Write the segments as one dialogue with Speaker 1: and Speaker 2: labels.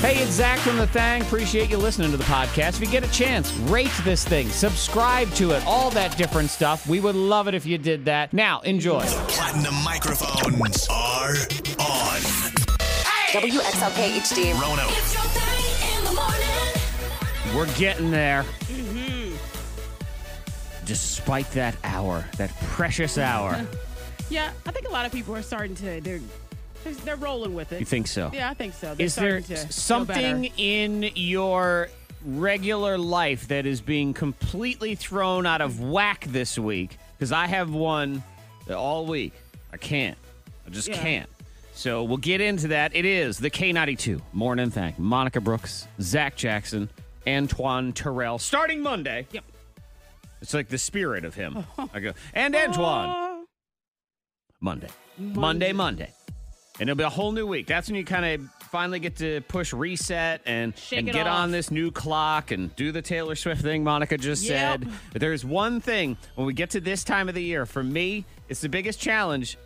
Speaker 1: Hey, it's Zach from The Thang. Appreciate you listening to the podcast. If you get a chance, rate this thing, subscribe to it, all that different stuff. We would love it if you did that. Now, enjoy.
Speaker 2: Platinum microphones are on.
Speaker 3: WXLK HD.
Speaker 2: Rono,
Speaker 4: It's your thing in the morning.
Speaker 1: We're getting there. Despite that hour, that precious hour.
Speaker 5: Yeah, I think a lot of people are starting to they're they're, they're rolling with it.
Speaker 1: You think so?
Speaker 5: Yeah, I think so. They're
Speaker 1: Is there
Speaker 5: starting to feel
Speaker 1: something
Speaker 5: better.
Speaker 1: in your regular life that is being completely thrown out of whack this week? Because I have one all week. I can't. I just
Speaker 5: Yeah.
Speaker 1: can't. So we'll get into that. It is the K92 Morning Thank. Monica Brooks, Zach Jackson, Antoine Terrell. Starting Monday.
Speaker 5: Yep.
Speaker 1: It's like the spirit of him. I go, and Antoine.
Speaker 5: Oh,
Speaker 1: Monday. Monday, Monday. And it'll be a whole new week. That's when you kind of finally get to push reset and,
Speaker 5: Shake
Speaker 1: and
Speaker 5: it
Speaker 1: get on
Speaker 5: off.
Speaker 1: this new clock and do the Taylor Swift thing Monica just
Speaker 5: Yep.
Speaker 1: said. But there's one thing when we get to this time of the year, for me, it's the biggest challenge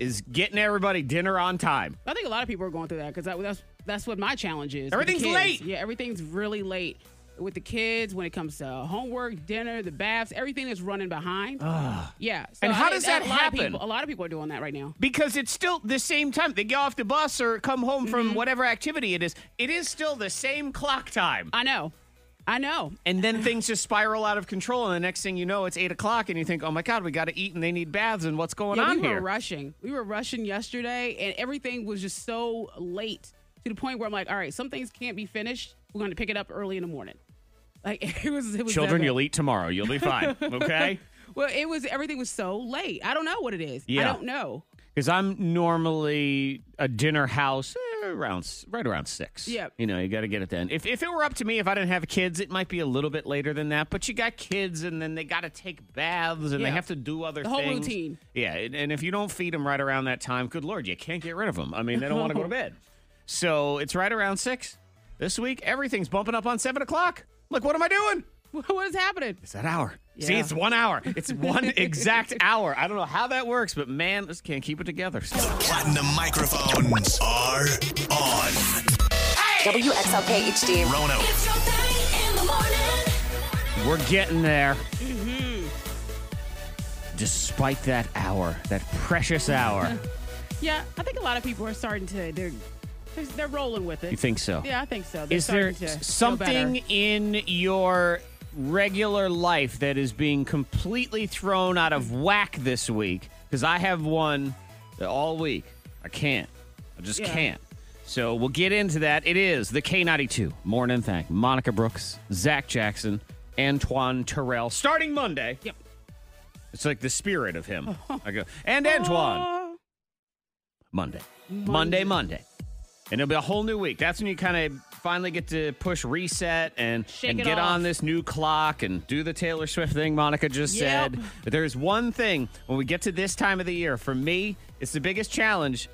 Speaker 1: is getting everybody dinner on time.
Speaker 5: I think a lot of people are going through that because that, that's that's what my challenge is. with the
Speaker 1: Everything's
Speaker 5: kids.
Speaker 1: late.
Speaker 5: Yeah, everything's really late with the kids when it comes to homework, dinner, the baths, everything is running behind. yeah. so
Speaker 1: And how
Speaker 5: I-
Speaker 1: does
Speaker 5: a
Speaker 1: that
Speaker 5: lot of people-
Speaker 1: happen?
Speaker 5: a lot of people are doing that right now.
Speaker 1: Because it's still the same time. They get off the bus or come home from
Speaker 5: Mm-hmm.
Speaker 1: whatever activity it is. It is still the same clock time.
Speaker 5: I know. I know.
Speaker 1: And then things just spiral out of control, and the next thing you know, it's eight o'clock, and you think, "Oh my God, we got to eat, and they need baths, and what's going
Speaker 5: Yeah,
Speaker 1: on
Speaker 5: we
Speaker 1: here?"
Speaker 5: were rushing. We were rushing yesterday, and everything was just so late to the point where I'm like, all right, some things can't be finished. We're going to pick it up early in the morning. Like it was, it was
Speaker 1: Children,
Speaker 5: that
Speaker 1: you'll
Speaker 5: bad.
Speaker 1: eat tomorrow. You'll be fine, okay?
Speaker 5: Well, it was everything was so late. I don't know what it is.
Speaker 1: Yeah.
Speaker 5: I don't know.
Speaker 1: Because I'm normally a dinner house eh, around s- right around six.
Speaker 5: Yep.
Speaker 1: you know, you got to get it then. If if it were up to me, if I didn't have kids, it might be a little bit later than that. But you got kids, and then they got to take baths, and they
Speaker 5: Yeah.
Speaker 1: have to do other
Speaker 5: The whole
Speaker 1: things.
Speaker 5: routine.
Speaker 1: Yeah, and, and if you don't feed them right around that time, good lord, you can't get rid of them. I mean, they don't want to go to bed. So it's right around six. This week, everything's bumping up on seven o'clock. Like, what am I doing?
Speaker 5: what is happening?
Speaker 1: It's that hour. See,
Speaker 5: Yeah.
Speaker 1: it's one hour. It's one exact hour. I don't know how that works, but man, just can't keep it together.
Speaker 2: platinum microphones are on.
Speaker 3: WXLK HD.
Speaker 2: Rono,
Speaker 4: It's your thing in the morning.
Speaker 1: We're getting there.
Speaker 5: Mm-hmm.
Speaker 1: Despite that hour, that precious hour.
Speaker 5: Yeah, I think a lot of people are starting to they're they're, they're rolling with it.
Speaker 1: You think so?
Speaker 5: Yeah, I think so. They're
Speaker 1: Is there
Speaker 5: starting to feel
Speaker 1: something
Speaker 5: better.
Speaker 1: in your regular life that is being completely thrown out of whack this week? Because I have one all week. I can't. I just
Speaker 5: Yeah.
Speaker 1: can't. So we'll get into that. It is the K92 Morning Thank. Monica Brooks, Zach Jackson, Antoine Terrell. Starting Monday.
Speaker 5: Yep.
Speaker 1: It's like the spirit of him. I go, and Antoine.
Speaker 5: Oh,
Speaker 1: Monday. Monday, Monday. And it'll be a whole new week. That's when you kind of finally get to push reset and,
Speaker 5: Shake
Speaker 1: and
Speaker 5: it
Speaker 1: get
Speaker 5: off.
Speaker 1: on this new clock and do the Taylor Swift thing Monica just
Speaker 5: Yep.
Speaker 1: said. But there's one thing when we get to this time of the year, for me, it's the biggest challenge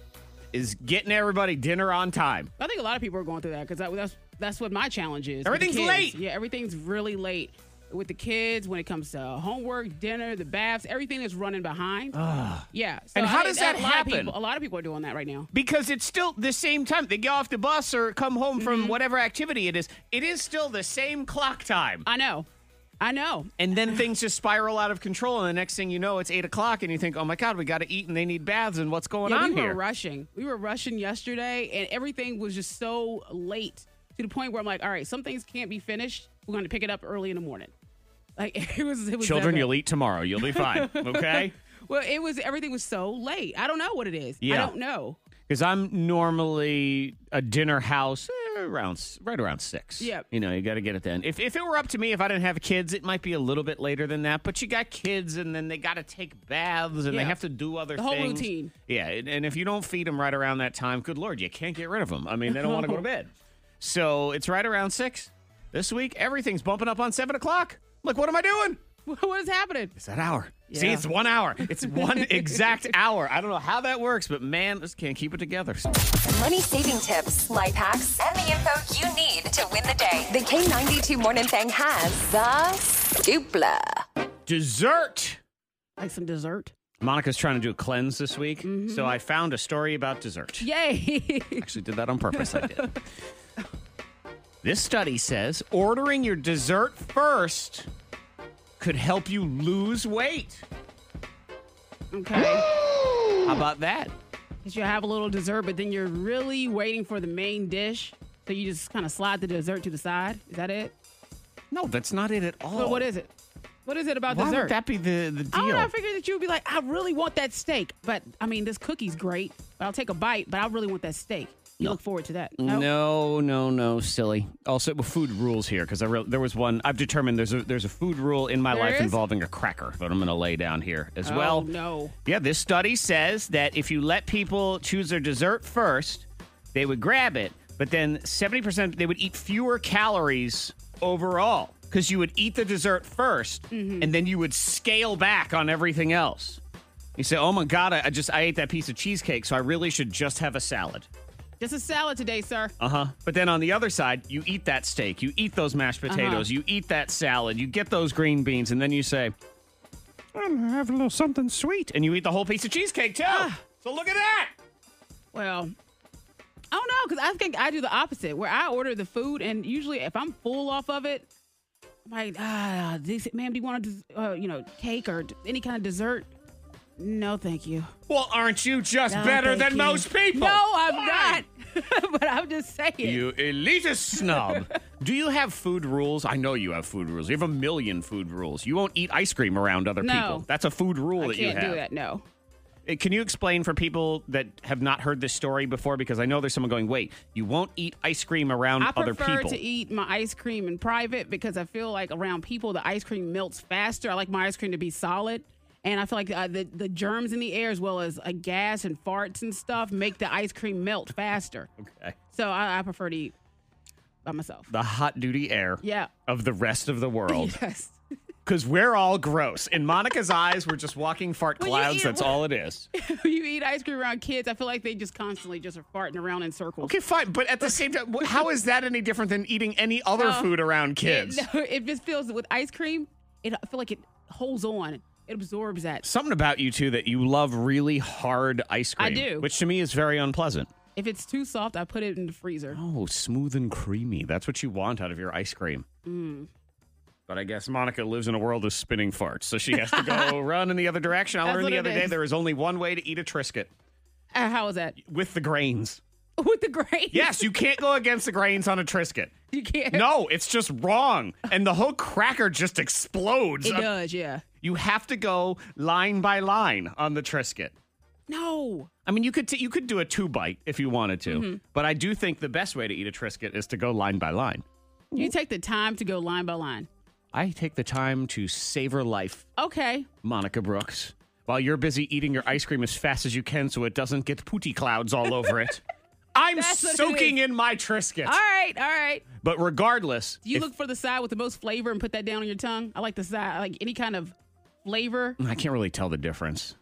Speaker 1: is getting everybody dinner on time.
Speaker 5: I think a lot of people are going through that because that's that's what my challenge is. with the
Speaker 1: Everything's
Speaker 5: kids.
Speaker 1: late.
Speaker 5: Yeah, everything's really late with the kids when it comes to homework, dinner, the baths, everything is running behind. yeah. so
Speaker 1: And how
Speaker 5: think
Speaker 1: does that
Speaker 5: a lot of
Speaker 1: happen?
Speaker 5: people- a lot of people are doing that right now.
Speaker 1: Because it's still the same time. They get off the bus or come home
Speaker 5: Mm-hmm.
Speaker 1: from whatever activity it is. It is still the same clock time.
Speaker 5: I know. I know.
Speaker 1: And then things just spiral out of control, and the next thing you know, it's eight o'clock, and you think, "Oh my God, we got to eat, and they need baths, and what's going
Speaker 5: Yeah,
Speaker 1: on
Speaker 5: we
Speaker 1: here?"
Speaker 5: were rushing. We were rushing yesterday, and everything was just so late to the point where I'm like, all right, some things can't be finished. We're going to pick it up early in the morning. Like it was, it was. that
Speaker 1: Children,
Speaker 5: bad.
Speaker 1: you'll eat tomorrow. You'll be fine, okay?
Speaker 5: Well, it was. Everything was so late. I don't know what it is.
Speaker 1: Yeah.
Speaker 5: I don't know.
Speaker 1: Because I'm normally a dinner house eh, around s- right around six.
Speaker 5: Yep.
Speaker 1: you know, you got to get it then. If if it were up to me, if I didn't have kids, it might be a little bit later than that. But you got kids, and then they got to take baths, and they
Speaker 5: Yeah.
Speaker 1: have to do other
Speaker 5: The whole
Speaker 1: things.
Speaker 5: routine.
Speaker 1: Yeah, and, and if you don't feed them right around that time, good lord, you can't get rid of them. I mean, they don't want to go to bed. So it's right around six. This week, everything's bumping up on seven o'clock. Like, what am I doing?
Speaker 5: What is happening?
Speaker 1: It's that hour. See,
Speaker 5: Yeah.
Speaker 1: it's one hour. It's one exact hour. I don't know how that works, but man, this can't keep it together.
Speaker 3: Money saving tips, life hacks, and the info you need to win the day. The K92 Morning Thang has the dupla.
Speaker 1: Dessert.
Speaker 5: Like some dessert.
Speaker 1: Monica's trying to do a cleanse this week,
Speaker 5: Mm-hmm.
Speaker 1: so I found a story about dessert.
Speaker 5: Yay!
Speaker 1: Actually, did that on purpose. I did. This study says ordering your dessert first could help you lose weight.
Speaker 5: Okay.
Speaker 1: How about that?
Speaker 5: Because you have a little dessert, but then you're really waiting for the main dish. So you just kind of slide the dessert to the side. Is that it?
Speaker 1: No, that's not it at all.
Speaker 5: But what is it? What is it about
Speaker 1: Why
Speaker 5: dessert?
Speaker 1: would that be the, the
Speaker 5: I
Speaker 1: deal?
Speaker 5: don't know. I figured that you would be like, I really want that steak. But I mean, this cookie's great, but I'll take a bite, but I really want that steak. You look forward to that. Nope.
Speaker 1: No, no, no, silly. Also, well, food rules here because I re- there was one I've determined there's a there's a food rule in my
Speaker 5: There
Speaker 1: life
Speaker 5: is?
Speaker 1: involving a cracker that I'm going to lay down here as
Speaker 5: Oh,
Speaker 1: well.
Speaker 5: no.
Speaker 1: Yeah, this study says that if you let people choose their dessert first, they would grab it, but then 70% they would eat fewer calories overall because you would eat the dessert 1st
Speaker 5: Mm-hmm.
Speaker 1: and then you would scale back on everything else. You say, "Oh my god, I I just I ate that piece of cheesecake, so I really should just have a salad."
Speaker 5: Just a salad today, sir.
Speaker 1: Uh huh. But then on the other side, you eat that steak, you eat those mashed
Speaker 5: Uh-huh.
Speaker 1: potatoes, you eat that salad, you get those green beans, and then you say, "I'm gonna have a little something sweet," and you eat the whole piece of cheesecake too.
Speaker 5: Ah.
Speaker 1: So look at that.
Speaker 5: Well, I don't know because I think I do the opposite where I order the food and usually if I'm full off of it, I'm like, ah, this, ma'am, do you want a, uh, you know, cake or d- any kind of dessert? No, thank you.
Speaker 1: Well, aren't you just
Speaker 5: No,
Speaker 1: better
Speaker 5: thank
Speaker 1: than
Speaker 5: you.
Speaker 1: most people?
Speaker 5: No, I'm
Speaker 1: Why?
Speaker 5: not. but I'm just saying.
Speaker 1: You elitist snob. Do you have food rules? I know you have food rules. You have a million food rules. You won't eat ice cream around other
Speaker 5: No.
Speaker 1: people. That's a food rule
Speaker 5: I
Speaker 1: that you have.
Speaker 5: can't do that. No.
Speaker 1: Uh, Can you explain for people that have not heard this story before? Because I know there's someone going, wait, you won't eat ice cream around
Speaker 5: I
Speaker 1: other
Speaker 5: prefer
Speaker 1: people.
Speaker 5: to eat my ice cream in private because I feel like around people the ice cream melts faster. I like my ice cream to be solid, and I feel like uh, the the germs in the air as well as uh, gas and farts and stuff make the ice cream melt faster.
Speaker 1: Okay.
Speaker 5: So I, I prefer to eat by myself.
Speaker 1: The hot duty air
Speaker 5: Yeah.
Speaker 1: of the rest of the world.
Speaker 5: Yes.
Speaker 1: Because we're all gross. In Monica's eyes, we're just walking fart
Speaker 5: Well, you
Speaker 1: clouds.
Speaker 5: eat-
Speaker 1: That's all it is.
Speaker 5: When you eat ice cream around kids, I feel like they just constantly just are farting around in circles.
Speaker 1: Okay, fine. But at the same time, wh- how is that any different than eating any other
Speaker 5: No.
Speaker 1: food around kids?
Speaker 5: It, no, it just feels with ice cream, it I feel like it holds on. It absorbs that.
Speaker 1: Something about you, too, that you love really hard ice cream.
Speaker 5: I do.
Speaker 1: Which to me is very unpleasant.
Speaker 5: If it's too soft, I put it in the freezer.
Speaker 1: Oh, smooth and creamy. That's what you want out of your ice cream.
Speaker 5: Mm.
Speaker 1: But I guess Monica lives in a world of spinning farts, so she has to go run in the other direction. I
Speaker 5: That's
Speaker 1: learned
Speaker 5: what
Speaker 1: the
Speaker 5: it
Speaker 1: other day
Speaker 5: is.
Speaker 1: there is only one way to eat a Triscuit
Speaker 5: Uh, how is that?
Speaker 1: with the grains.
Speaker 5: with the grain.
Speaker 1: Yes, you can't go against the grains on a Triscuit.
Speaker 5: you can't.
Speaker 1: No, it's just wrong. And the whole cracker just explodes.
Speaker 5: it
Speaker 1: Uh,
Speaker 5: does. Yeah,
Speaker 1: You have to go line by line on the Triscuit.
Speaker 5: no,
Speaker 1: I mean, you could t- you could do a two bite if you wanted to,
Speaker 5: Mm-hmm.
Speaker 1: but I do think the best way to eat a Triscuit is to go line by line.
Speaker 5: you take the time to go line by line.
Speaker 1: I take the time to savor life,
Speaker 5: Okay,
Speaker 1: Monica Brooks, while you're busy eating your ice cream as fast as you can so it doesn't get pooty clouds all over it. I'm
Speaker 5: That's what it
Speaker 1: soaking in my Triscuit.
Speaker 5: all right, all right.
Speaker 1: But regardless,
Speaker 5: Do you
Speaker 1: if-
Speaker 5: look for the side with the most flavor and put that down on your tongue? I like the side, I like any kind of flavor.
Speaker 1: I can't really tell the difference.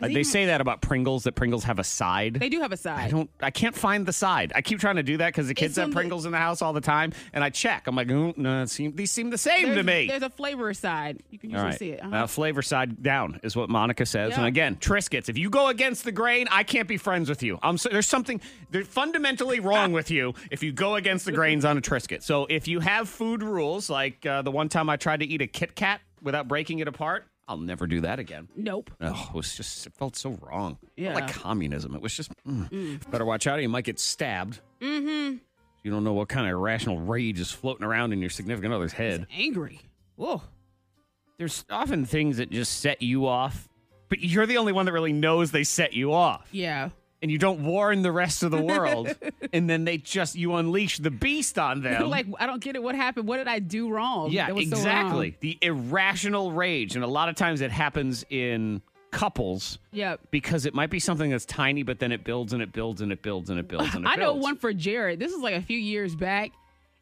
Speaker 1: Uh, they
Speaker 5: even-
Speaker 1: say that about Pringles, that Pringles have a side.
Speaker 5: They do have a side.
Speaker 1: I don't. I can't find the side. I keep trying to do that because the kids
Speaker 5: on
Speaker 1: have
Speaker 5: the-
Speaker 1: Pringles in the house all the time, and I check. I'm like, "Ooh, no, it seem, these seem the same
Speaker 5: there's,
Speaker 1: to me.
Speaker 5: There's a flavor side. You can
Speaker 1: All
Speaker 5: usually
Speaker 1: right.
Speaker 5: see it. Uh-huh.
Speaker 1: Uh, flavor side down is what Monica says. And
Speaker 5: Yeah.
Speaker 1: again, Triscuits. If you go against the grain, I can't be friends with you. I'm so, there's something there's fundamentally wrong with you if you go against the grains on a Triscuit. So if you have food rules, like uh, the one time I tried to eat a Kit Kat without breaking it apart, I'll never do that again.
Speaker 5: Nope.
Speaker 1: Oh, it was just it felt so wrong. It
Speaker 5: Yeah.
Speaker 1: felt like communism. It was just mm. better watch out. or You might get stabbed. Mm-hmm. You don't know what kind of irrational rage is floating around in your significant other's head
Speaker 5: Angry. Whoa.
Speaker 1: there's often things that just set you off, but you're the only one that really knows they set you off.
Speaker 5: Yeah.
Speaker 1: And you don't warn the rest of the world. and then they just, you unleash the beast on them.
Speaker 5: like I don't get it. What happened? What did I do wrong?
Speaker 1: yeah,
Speaker 5: That was so wrong.
Speaker 1: exactly. the irrational rage. And a lot of times it happens in couples
Speaker 5: Yep.
Speaker 1: because it might be something that's tiny, but then it builds and it builds and it builds and it builds and it
Speaker 5: I know
Speaker 1: builds.
Speaker 5: one for Jared. This was like a few years back,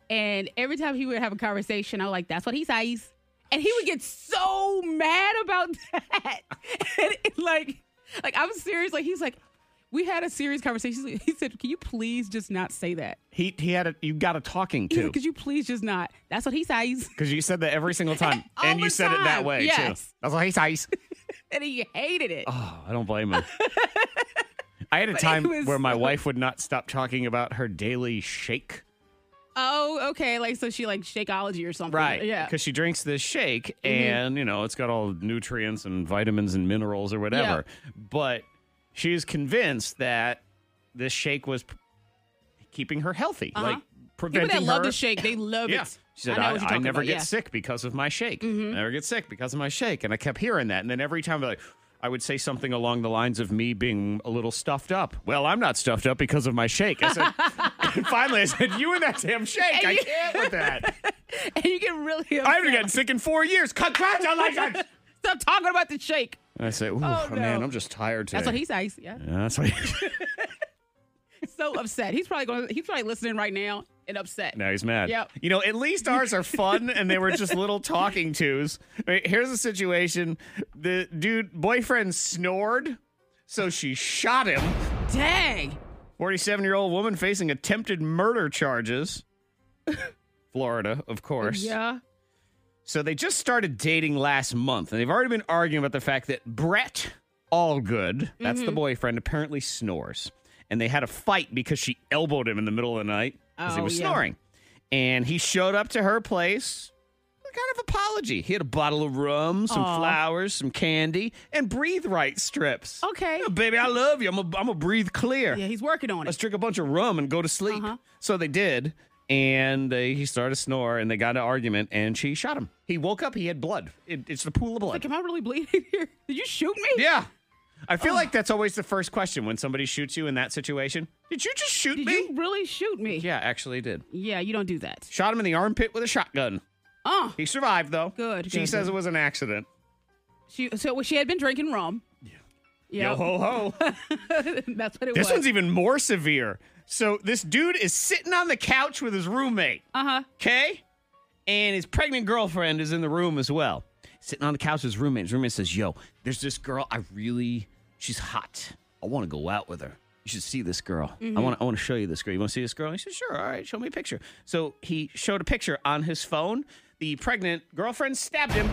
Speaker 5: and every time he would have a conversation, I was like, "That's what he says," and he would get so mad about that. and it, like, like I'm serious. Like he's like, we had a serious conversation. He said, "Can you please just not say that?
Speaker 1: He, he had a, you got a talking to
Speaker 5: Could you please just not? That's what he says."
Speaker 1: because you said that every single time.
Speaker 5: All
Speaker 1: and you
Speaker 5: the
Speaker 1: said it that
Speaker 5: time,
Speaker 1: way too.
Speaker 5: yes.
Speaker 1: That's like, hey, Tice.
Speaker 5: And he hated it.
Speaker 1: Oh, I don't blame him. I had a time
Speaker 5: was
Speaker 1: where my
Speaker 5: so-
Speaker 1: wife would not stop talking about her daily shake.
Speaker 5: oh, okay. Like, so she like Shakeology or something.
Speaker 1: Right.
Speaker 5: Yeah. Mm-hmm.
Speaker 1: Because she drinks this shake and, you know, it's got all nutrients and vitamins and minerals or whatever. But she's convinced that this shake was p- keeping her healthy,
Speaker 5: Uh-huh.
Speaker 1: like
Speaker 5: People
Speaker 1: preventing
Speaker 5: that love
Speaker 1: her.
Speaker 5: the shake, they love
Speaker 1: yeah.
Speaker 5: it.
Speaker 1: She said,
Speaker 5: know
Speaker 1: I,
Speaker 5: what you're
Speaker 1: I,
Speaker 5: talking
Speaker 1: never
Speaker 5: about,
Speaker 1: get
Speaker 5: yeah. Mm-hmm.
Speaker 1: sick because of my shake. I never get sick because of my shake. And I kept hearing that. And then every time, like, I would say something along the lines of me being a little stuffed up. Well, I'm not stuffed up because of my shake. I said, and finally, I said, You and that damn shake. I
Speaker 5: you-
Speaker 1: can't with that.
Speaker 5: And you get really upset.
Speaker 1: I haven't gotten sick in four years. Congratulations.
Speaker 5: Stop talking about the shake.
Speaker 1: I say, ooh,
Speaker 5: Oh, no.
Speaker 1: man, I'm just tired today.
Speaker 5: That's what he's ice. Yeah.
Speaker 1: Yeah, that's what he-
Speaker 5: So upset. He's probably going. to He's probably listening right now and upset.
Speaker 1: now he's mad.
Speaker 5: Yep.
Speaker 1: You know, at least ours are fun and they were just little talking tos. I mean, here's the situation. The dude boyfriend snored, so she shot him.
Speaker 5: Dang.
Speaker 1: 47-year-old woman facing attempted murder charges. Florida, of course.
Speaker 5: Yeah.
Speaker 1: So they just started dating last month, and they've already been arguing about the fact that Brett Allgood, that's
Speaker 5: Mm-hmm.
Speaker 1: the boyfriend, apparently snores. And they had a fight because she elbowed him in the middle of the night because he
Speaker 5: Oh,
Speaker 1: was
Speaker 5: yeah.
Speaker 1: snoring. And he showed up to her place with a kind of apology. He had a bottle of rum, some
Speaker 5: Aw.
Speaker 1: flowers, some candy, and breathe right strips.
Speaker 5: Okay.
Speaker 1: "Yeah, baby, I love you. I'm going to breathe clear.
Speaker 5: Yeah. He's working on
Speaker 1: Let's
Speaker 5: it.
Speaker 1: drink a bunch of rum and go to sleep.
Speaker 5: Uh-huh.
Speaker 1: So they did, and they, he started to snore, and they got in an argument, and she shot him. He woke up, he had blood. It, it's the pool of blood.
Speaker 5: Like, am I really bleeding here? Did you shoot me?
Speaker 1: yeah. I feel like that's always the first question when somebody shoots you in that situation. Did you just shoot
Speaker 5: Did
Speaker 1: me?
Speaker 5: you really shoot me?
Speaker 1: Yeah, actually he did.
Speaker 5: Yeah, you don't do that.
Speaker 1: Shot him in the armpit with a shotgun.
Speaker 5: Oh,
Speaker 1: He survived though.
Speaker 5: Good,
Speaker 1: She
Speaker 5: good,
Speaker 1: says
Speaker 5: good.
Speaker 1: it was an accident.
Speaker 5: she so she had been drinking rum. Yeah.
Speaker 1: Yo ho ho.
Speaker 5: That's what it
Speaker 1: This
Speaker 5: was.
Speaker 1: one's even more severe. So this dude is sitting on the couch with his roommate. Uh
Speaker 5: Uh-huh.
Speaker 1: huh. Okay. And his pregnant girlfriend is in the room as well. Sitting on the couch with his roommate. His roommate says, Yo, there's this girl. I really, she's hot. I want to go out with her. You should see this girl.
Speaker 5: Mm-hmm.
Speaker 1: I want. I want to show you this girl. You want to see this girl? He said, "Sure, all right. Show me a picture." So he showed a picture on his phone. The pregnant girlfriend stabbed him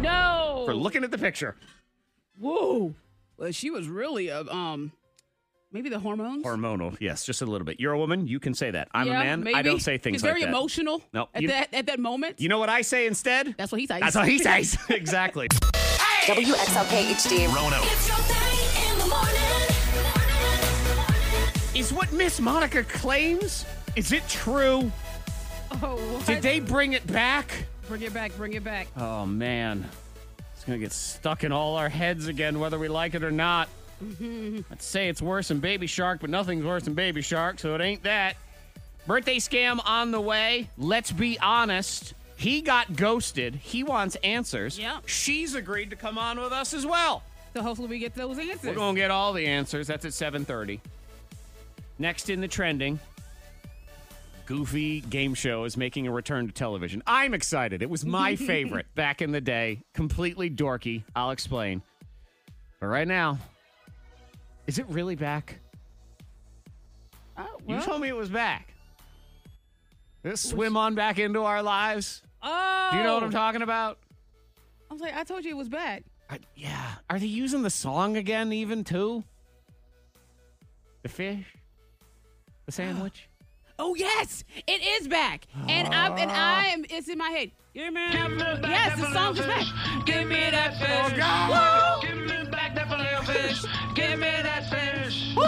Speaker 5: no.
Speaker 1: for looking at the picture.
Speaker 5: Whoa. Well, she was really uh, um, maybe the hormones.
Speaker 1: Hormonal, yes, just a little bit. You're a woman. You can say that. I'm
Speaker 5: yeah,
Speaker 1: a man.
Speaker 5: Maybe.
Speaker 1: I don't say things
Speaker 5: She's
Speaker 1: like
Speaker 5: very
Speaker 1: that.
Speaker 5: emotional.
Speaker 1: No,
Speaker 5: At
Speaker 1: you-
Speaker 5: that at that moment.
Speaker 1: You know what I say instead?
Speaker 5: That's what he says.
Speaker 1: That's what he says. exactly.
Speaker 3: WXLK HD.
Speaker 2: Rono.
Speaker 4: It's your thing in the morning.
Speaker 1: Is what Miss Monica claims? Is it true?
Speaker 5: Oh, what?
Speaker 1: Did they bring it back?
Speaker 5: bring it back? Bring it back.
Speaker 1: Oh man, it's gonna get stuck in all our heads again, whether we like it or not. I'd say it's worse than Baby Shark, but nothing's worse than Baby Shark, so it ain't that. Birthday scam on the way. Let's be honest. He got ghosted. He wants answers.
Speaker 5: Yep.
Speaker 1: She's agreed to come on with us as well.
Speaker 5: So hopefully we get those
Speaker 1: We're
Speaker 5: answers.
Speaker 1: going to get all the answers. That's at 7:30. Next in the trending, Goofy Game Show is making a return to television. I'm excited. It was my favorite back in the day. Completely dorky. I'll explain. But right now, is it really back?
Speaker 5: Oh,
Speaker 1: You
Speaker 5: well.
Speaker 1: told me it was back. Did it swim on back into our lives?
Speaker 5: oh.
Speaker 1: Do you know what I'm talking about?
Speaker 5: I was like, I told you it was back.
Speaker 1: I, yeah. Are they using the song again, even too? The fish? The sandwich?
Speaker 5: Oh yes, it is back, and I'm and I am. It's in my head. Give me that fish. Yes, the song is back. Give me that fish. Oh God. Give me back that little fish. Give me that fish.
Speaker 6: What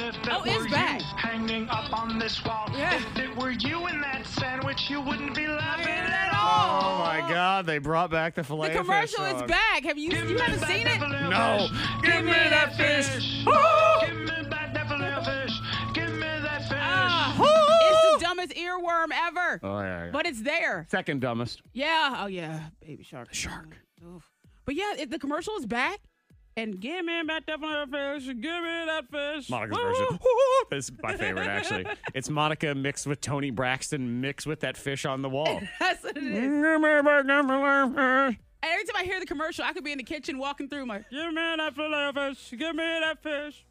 Speaker 6: if it
Speaker 5: Oh, it's
Speaker 6: were
Speaker 5: back.
Speaker 6: you hanging up on this wall?
Speaker 5: Yeah.
Speaker 6: If it were you in that sandwich, you wouldn't be laughing
Speaker 5: At
Speaker 6: at all.
Speaker 5: all.
Speaker 1: Oh my God, they brought back the filet.
Speaker 5: The commercial is back. Have you you haven't seen it?
Speaker 1: No.
Speaker 6: Give me that fish.
Speaker 5: Oh.
Speaker 6: Give me back that little fish. Give me that fish.
Speaker 5: Ah. It's the dumbest earworm ever,
Speaker 1: Oh, yeah, yeah.
Speaker 5: but it's there.
Speaker 1: Second dumbest.
Speaker 5: Yeah. Oh yeah, baby shark. Shark. But yeah, it, the commercial is back. And give me that little fish. Give me that fish.
Speaker 1: Monica's
Speaker 5: Woo!
Speaker 1: version. It's my favorite, actually. It's Monica mixed with Tony Braxton mixed with that fish on the wall.
Speaker 5: That's what it is.
Speaker 1: That's
Speaker 5: And every time I hear the commercial, I could be in the kitchen walking through my. Give me that fillet fish. Give me that fish.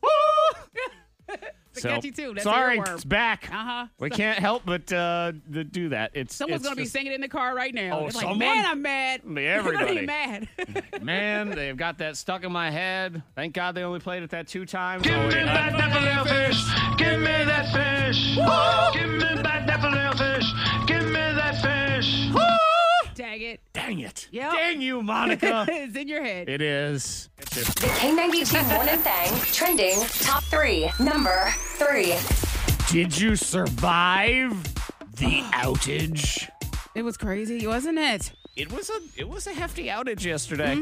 Speaker 5: it's a catchy too. That's
Speaker 1: sorry,
Speaker 5: an
Speaker 1: it's
Speaker 5: earworm.
Speaker 1: back.
Speaker 5: Uh-huh.
Speaker 1: We can't help but uh, th- do that. It's
Speaker 5: Someone's
Speaker 1: it's
Speaker 5: gonna
Speaker 1: just-
Speaker 5: be singing in the car right now.
Speaker 1: Oh,
Speaker 5: It's like,
Speaker 1: someone?
Speaker 5: man, I'm mad.
Speaker 1: Be
Speaker 5: They're
Speaker 1: everybody.
Speaker 5: gonna be mad.
Speaker 1: Man, they've got that stuck in my head. Thank God they only played it that two times.
Speaker 6: Give
Speaker 1: Oh,
Speaker 6: me
Speaker 1: yeah.
Speaker 6: back that little fish. Give me that fish. Give me back that little
Speaker 1: Dang you, Monica.
Speaker 5: it's in your head.
Speaker 1: it is.
Speaker 3: The K92 Morning Thing trending top three. Number three.
Speaker 1: Did you survive the outage?
Speaker 5: It was crazy, wasn't it?
Speaker 1: It was a it was a hefty outage yesterday.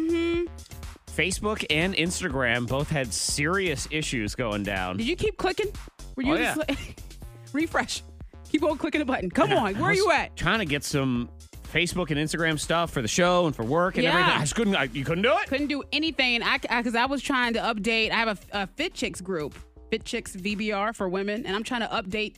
Speaker 1: Facebook and Instagram both had serious issues going down.
Speaker 5: Did you keep clicking? Were you
Speaker 1: Oh, yeah.
Speaker 5: just like, refresh? Keep on clicking the button. Come on, where are you
Speaker 1: I was
Speaker 5: at?
Speaker 1: Trying to get some Facebook and Instagram stuff for the show and for work and
Speaker 5: Yeah.
Speaker 1: everything. I just couldn't. I, you couldn't do it.
Speaker 5: Couldn't do anything. I because I, was trying to update. I have a, a Fit Chicks group, Fit Chicks VBR for women, and I'm trying to update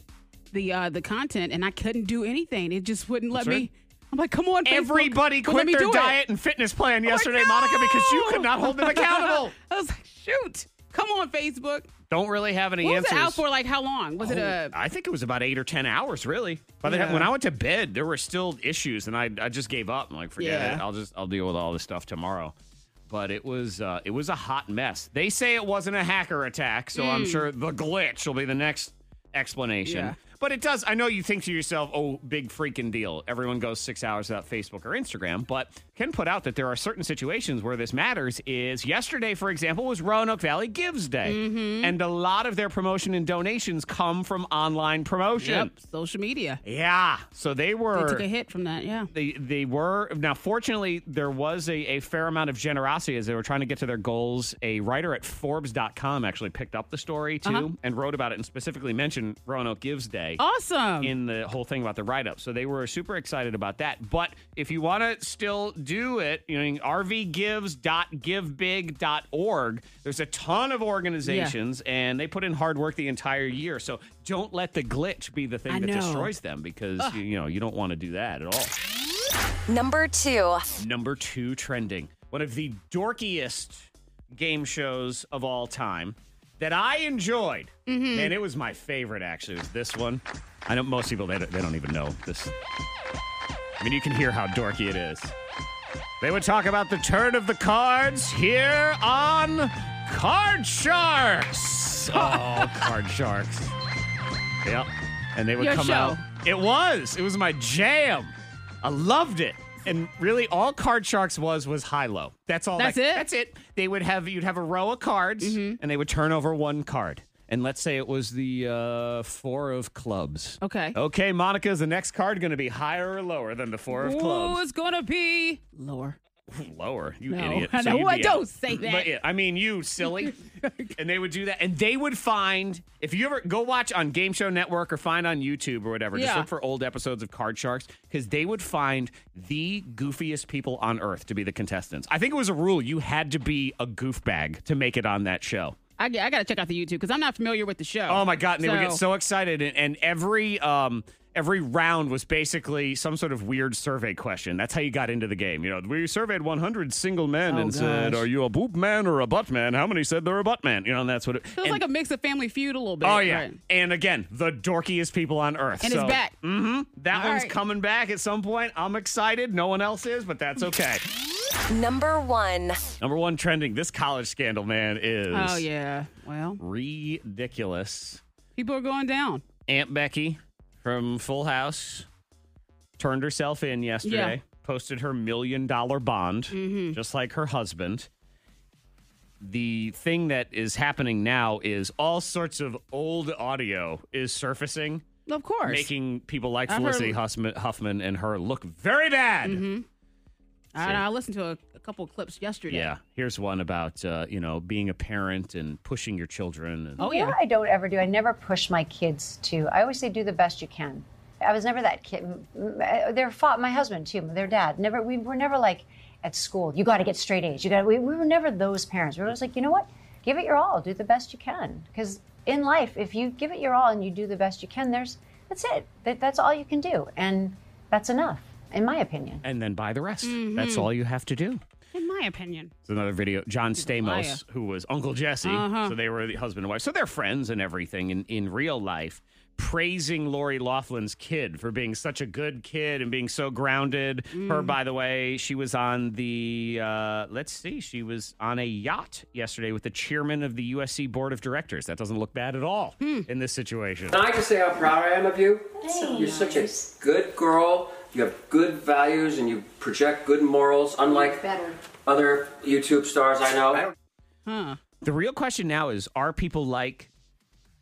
Speaker 5: the uh, the content, and I couldn't do anything. It just wouldn't let
Speaker 1: That's
Speaker 5: me.
Speaker 1: right.
Speaker 5: I'm like, come on, Facebook.
Speaker 1: Everybody
Speaker 5: Well, let
Speaker 1: quit
Speaker 5: me
Speaker 1: their
Speaker 5: do it. Oh
Speaker 1: diet and fitness plan
Speaker 5: I'm like,
Speaker 1: yesterday, Monica, because you
Speaker 5: "No!"
Speaker 1: could not hold them accountable.
Speaker 5: I was like, shoot, come on, Facebook.
Speaker 1: Don't really have any
Speaker 5: What was
Speaker 1: answers.
Speaker 5: it out for? Like, how long was it?
Speaker 1: Oh,
Speaker 5: A
Speaker 1: I think it was about eight or ten hours, really. By the time
Speaker 5: Yeah.
Speaker 1: when I went to bed, there were still issues, and I, I just gave up. I'm like, forget
Speaker 5: Yeah.
Speaker 1: it. I'll just I'll deal with all this stuff tomorrow. But it was uh, it was a hot mess. They say it wasn't a hacker attack, so I'm sure the glitch will be the next explanation.
Speaker 5: Hmm. Yeah.
Speaker 1: But it does. I know you think to yourself, "Oh, big freaking deal! Everyone goes six hours without Facebook or Instagram." But Ken put out that there are certain situations where this matters. Is yesterday, for example, was Roanoke Valley Gives Day,
Speaker 5: Mm-hmm.
Speaker 1: and a lot of their promotion and donations come from online promotion.
Speaker 5: yep, social media.
Speaker 1: Yeah, so they were
Speaker 5: They took a hit from that. Yeah.
Speaker 1: they they were now fortunately there was a, a fair amount of generosity as they were trying to get to their goals a writer at forbes.com actually picked up the story too
Speaker 5: Uh-huh. Oh.
Speaker 1: and wrote about it and specifically mentioned roanoke gives day
Speaker 5: Awesome.
Speaker 1: in the whole thing about the write up. So they were super excited about that. But if you want to still do it, you know, rvgives.givebig.org, there's a ton of organizations and they put in hard work the entire year. So don't let the glitch be the thing
Speaker 5: I
Speaker 1: that
Speaker 5: know.
Speaker 1: destroys them because, you, you know, you don't want to do that at all
Speaker 3: Number two.
Speaker 1: number two trending. One of the dorkiest game shows of all time that I enjoyed. And it was my favorite, actually, was this one. I know most people, they don't, they don't even know this. I mean, you can hear how dorky it is. They would talk about the turn of the cards here on Card Sharks. Oh, Card Sharks. Yep. And they would
Speaker 5: Your
Speaker 1: come
Speaker 5: show.
Speaker 1: out. It was. It was my jam. I loved it. And really, all Card Sharks was was high low. That's all.
Speaker 5: That's
Speaker 1: that-
Speaker 5: it? Mm-hmm.
Speaker 1: That's it. They would have you'd have a row of cards, and they would turn over one card. And let's say it was the uh, four of clubs.
Speaker 5: Okay.
Speaker 1: Okay, Monica, is the next card going to be higher or lower than the four of clubs?
Speaker 5: Ooh, it's gonna be lower.
Speaker 1: Lower, you
Speaker 5: No.
Speaker 1: idiot.
Speaker 5: No,
Speaker 1: you'd be
Speaker 5: I
Speaker 1: out.
Speaker 5: don't say
Speaker 1: But
Speaker 5: that.
Speaker 1: yeah, I mean, you silly. and they would do that. And they would find, if you ever go watch on Game Show Network or find on YouTube or whatever, just
Speaker 5: Yeah.
Speaker 1: look for old episodes of Card Sharks because they would find the goofiest people on earth to be the contestants. I think it was a rule you had to be a goof bag to make it on that show.
Speaker 5: I, I gotta check out the YouTube because I'm not familiar with the show.
Speaker 1: Oh my god! And they would get so excited, and, and every um every round was basically some sort of weird survey question. That's how you got into the game. You know, we surveyed 100 single men
Speaker 5: Oh,
Speaker 1: and said,
Speaker 5: gosh.
Speaker 1: "Are you a boop man or a butt man?" How many said they're a butt man? You know, and that's what it.
Speaker 5: So it's
Speaker 1: and-
Speaker 5: like a mix of Family Feud a little bit.
Speaker 1: Oh yeah,
Speaker 5: right.
Speaker 1: and again, the dorkiest people on earth.
Speaker 5: And
Speaker 1: so, mm-hmm.
Speaker 5: it's back.
Speaker 1: That
Speaker 5: All
Speaker 1: one's
Speaker 5: right.
Speaker 1: coming back at some point. I'm excited. No one else is, but that's okay.
Speaker 3: Number one.
Speaker 1: Number one trending. This college scandal, man, is
Speaker 5: Oh yeah. Well,
Speaker 1: ridiculous.
Speaker 5: people are going down.
Speaker 1: Aunt Becky from Full House turned herself in yesterday, posted her million dollar bond,
Speaker 5: Mm-hmm.
Speaker 1: just like her husband. The thing that is happening now is all sorts of old audio is surfacing,
Speaker 5: Of course.
Speaker 1: making people like
Speaker 5: I've heard- Mm-hmm.
Speaker 1: Felicity Huffman, Huffman and her look very bad.
Speaker 5: I, I listened to a, a couple of clips yesterday.
Speaker 1: Yeah, here's one about uh, you know being a parent and pushing your children. And
Speaker 5: Oh
Speaker 7: You know
Speaker 5: yeah.
Speaker 7: what I don't ever do? I never push my kids to. I always say, do the best you can. I was never that kid. m- m- uh, Their fa- my husband too, their dad. Never. We were never like at school. You got to get straight A's. You got. We, we were never those parents. We were always like, you know what? Give it your all. Do the best you can. Because in life, if you give it your all and you do the best you can, there's that's it. That, that's all you can do, and that's enough, in my opinion.
Speaker 1: and then buy the rest.
Speaker 5: Mm-hmm.
Speaker 1: That's all you have to do.
Speaker 5: In my opinion.
Speaker 1: There's another video. John
Speaker 5: liar.
Speaker 1: Stamos, who was Uncle Jesse, so they were the husband and wife. So they're friends and everything in, in real life, praising Lori Laughlin's kid for being such a good kid and being so grounded. Her, by the way, she was on the, uh, let's see, she was on a yacht yesterday with the chairman of the USC Board of Directors. That doesn't look bad at all in this situation.
Speaker 8: Can I just say how proud I am of you? You're such a good girl. You have good values and you project good morals, unlike
Speaker 7: Better.
Speaker 8: other YouTube stars I know.
Speaker 1: The real question now is are people like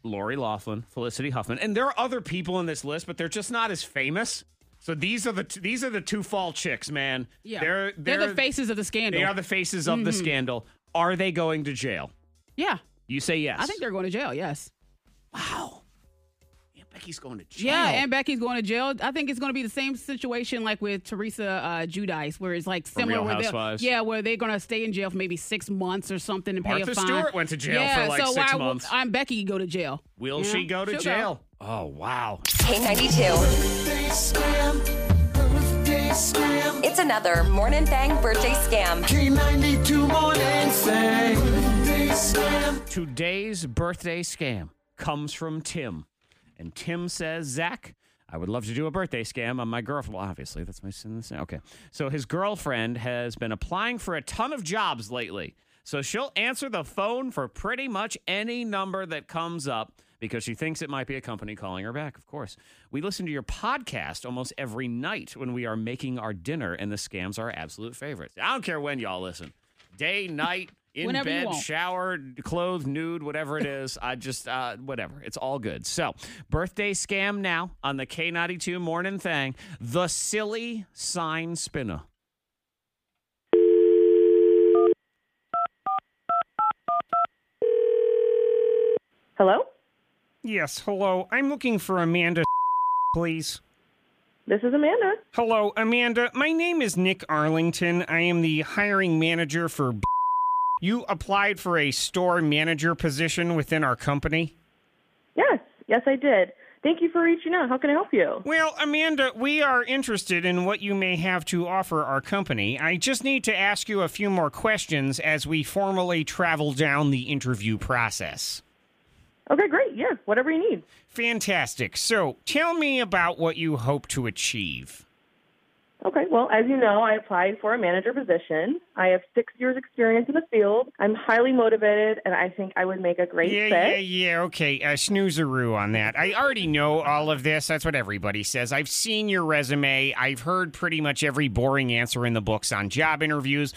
Speaker 1: Lori Laughlin, Felicity Huffman, and there are other people in this list, but they're just not as famous. So these are the t- these are the two fall chicks, man.
Speaker 5: Yeah.
Speaker 1: They're,
Speaker 5: They're the faces of the scandal. Mm-hmm.
Speaker 1: They are the faces of the scandal. Are they going to jail?
Speaker 5: yeah.
Speaker 1: You say yes.
Speaker 5: I think they're going to jail, yes.
Speaker 1: wow. Yeah, Becky's going to jail.
Speaker 5: Yeah, and Becky's going to jail. I think it's going to be the same situation like with Teresa uh, Judice, where it's like similar.
Speaker 1: Real
Speaker 5: where they'll-
Speaker 1: Housewives.
Speaker 5: yeah, where they're going to stay in jail for maybe six months or something and pay
Speaker 1: Martha
Speaker 5: a fine.
Speaker 1: Stewart went to jail for,
Speaker 5: yeah,
Speaker 1: like,
Speaker 5: so
Speaker 1: six
Speaker 5: why,
Speaker 1: months.
Speaker 5: I'm Becky. Go to jail.
Speaker 1: Will
Speaker 5: You
Speaker 1: she
Speaker 5: know?
Speaker 1: go to
Speaker 5: She'll
Speaker 1: jail? Oh wow.
Speaker 3: K92. It's another Morning Thang birthday scam.
Speaker 1: Today's birthday scam comes from Tim. And Tim says, Zach, I would love to do a birthday scam on my girlfriend. Well, obviously, that's my sin. Okay. So his girlfriend has been applying for a ton of jobs lately. So she'll answer the phone for pretty much any number that comes up because she thinks it might be a company calling her back, of course. We listen to your podcast almost every night when we are making our dinner, and the scams are our absolute favorites. I don't care when y'all listen day, night, in
Speaker 5: Whenever you
Speaker 1: bed,
Speaker 5: want.
Speaker 1: showered, clothed, nude, whatever it is. I just, uh, whatever. It's all good. So, birthday scam now on the K92 morning thing. The silly sign spinner.
Speaker 9: Hello?
Speaker 1: Yes, hello. I'm looking for Amanda, please.
Speaker 9: This is Amanda.
Speaker 1: Hello, Amanda. My name is Nick Arlington. I am the hiring manager for. You applied for a store manager position within our company.
Speaker 9: Yes, yes, I did. Thank you for reaching out. How can I help you?
Speaker 1: Well, Amanda, we are interested in what you may have to offer our company. I just need to ask you a few more questions as we formally travel down the interview process.
Speaker 9: Okay, great. Yeah, whatever you need.
Speaker 1: Fantastic. So, tell me about what you hope to achieve.
Speaker 9: Okay, well, as you know, I applied for a manager position. I have six years' experience in the field. I'm highly motivated, and I think I would make a great
Speaker 1: Yeah, yeah,
Speaker 9: fit.
Speaker 1: yeah. Okay, uh, snoozeroo on that. I already know all of this. That's what everybody says. I've seen your resume. I've heard pretty much every boring answer in the books on job interviews.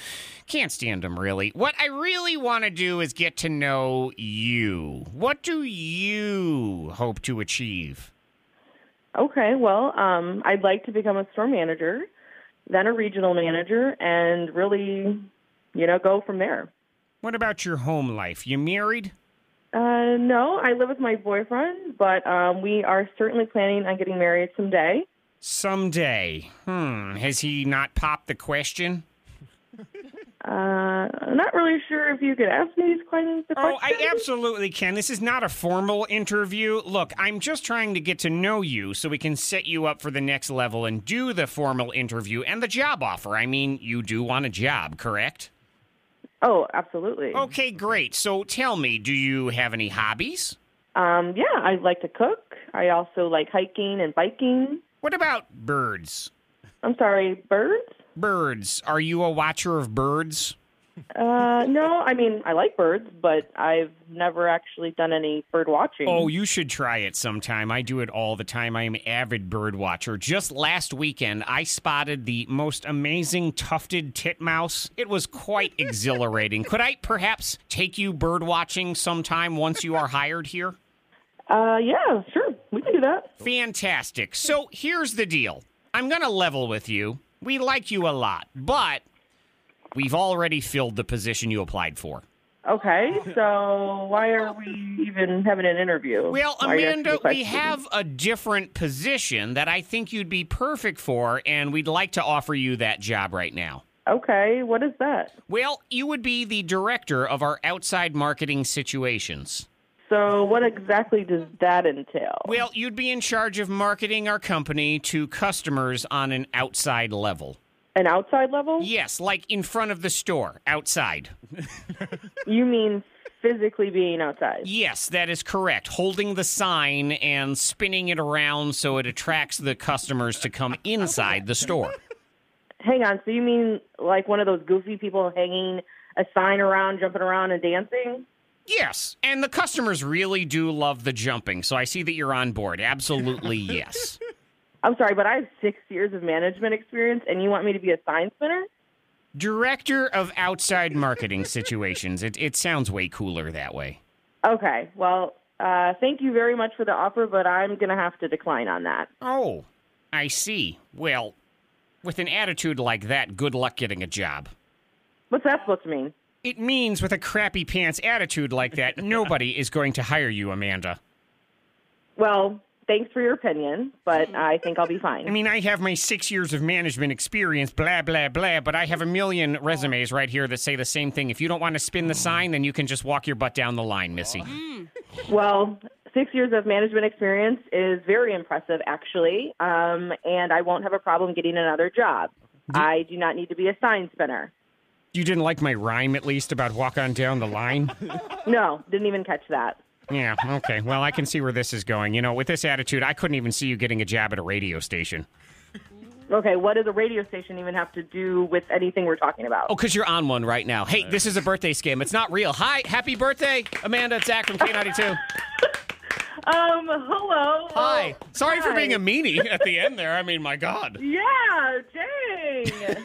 Speaker 1: Can't stand them, really. What I really want to do is get to know you. What do you hope to achieve?
Speaker 9: Okay, well, um, I'd like to become a store manager, then a regional manager, and really, you know, go from there.
Speaker 1: What about your home life? You married?
Speaker 9: Uh, no, I live with my boyfriend, but um, we are certainly planning on getting married someday.
Speaker 1: Someday. Hmm. Has he not popped the question?
Speaker 9: Uh, I'm not really sure if you could ask me these questions. the
Speaker 1: Oh, I
Speaker 9: questions.
Speaker 1: absolutely can. This is not a formal interview. Look, I'm just trying to get to know you so we can set you up for the next level and do the formal interview and the job offer. I mean, you do want a job, correct?
Speaker 9: Oh, absolutely.
Speaker 1: Okay, great. So tell me, do you have any hobbies?
Speaker 9: Um, yeah, I like to cook. I also like hiking and biking.
Speaker 1: What about birds?
Speaker 9: I'm sorry, birds?
Speaker 1: Birds. Are you a watcher of birds?
Speaker 9: Uh, no, I mean I like birds, but I've never actually done any bird watching.
Speaker 1: Oh, you should try it sometime. I do it all the time. I am an avid bird watcher. Just last weekend, I spotted the most amazing tufted titmouse. It was quite exhilarating. Could I perhaps take you bird watching sometime once you are hired here?
Speaker 9: Uh, yeah, sure, we can do that.
Speaker 1: Fantastic. So here's the deal I'm going to level with you. We like you a lot, but we've already filled the position you applied for.
Speaker 9: Okay, so why are we even having an interview?
Speaker 1: Well,
Speaker 9: Why are you asking me
Speaker 1: Amanda, we
Speaker 9: questions?
Speaker 1: have a different position that I think you'd be perfect for, and we'd like to offer you that job right now.
Speaker 9: Okay, what is that?
Speaker 1: Well, you would be the director of our outside marketing situations.
Speaker 9: So, what exactly does that entail?
Speaker 1: Well, you'd be in charge of marketing our company to customers on an outside level.
Speaker 9: An outside level?
Speaker 1: Yes, like in front of the store, outside.
Speaker 9: You mean physically being outside?
Speaker 1: Yes, that is correct. Holding the sign and spinning it around so it attracts the customers to come inside the store.
Speaker 9: Hang on. So you mean like one of those goofy people hanging a sign around, jumping around, and dancing?
Speaker 1: Yes, and the customers really do love the jumping, so I see that you're on board. Absolutely, yes.
Speaker 9: I'm sorry, but I have six years of management experience, and you want me to be a sign spinner?
Speaker 1: Director of outside marketing situations. It, it sounds way cooler that way.
Speaker 9: Okay. Well, uh, thank you very much for the offer, but I'm going to have to decline on that.
Speaker 1: Oh, I see. Well, with an attitude like that, good luck getting a job.
Speaker 9: What's that supposed to mean?
Speaker 1: It means with a crappy pants attitude like that, nobody is going to hire you, Amanda.
Speaker 9: Well, thanks for your opinion, but I think I'll be
Speaker 1: I
Speaker 9: fine.
Speaker 1: mean, I have my six years of management experience, blah, blah, blah, but I have a million resumes right here that say the same thing. If you don't want to spin the sign, then you can just walk your butt down the line, Missy.
Speaker 9: Well, six years of management experience is very impressive, actually, um, and I won't have a problem getting another job. I do not need to be a sign spinner.
Speaker 1: You didn't like my rhyme, at least, about walk on down the line?
Speaker 9: No, didn't even catch that.
Speaker 1: yeah, okay. Well, I can see where this is going. You know, with this attitude, I couldn't even see you getting a job at a radio station.
Speaker 9: Okay, what does a radio station even have to do with anything we're talking about?
Speaker 1: Oh, because you're on one right now. Hey, this is a birthday scam. It's not real. Hi, happy birthday, Amanda. It's Zach from K92.
Speaker 9: Um, hello.
Speaker 1: Hi.
Speaker 9: Oh,
Speaker 1: Sorry for
Speaker 9: hi.
Speaker 1: being a meanie at the end there. I mean, my God.
Speaker 9: Yeah, dang.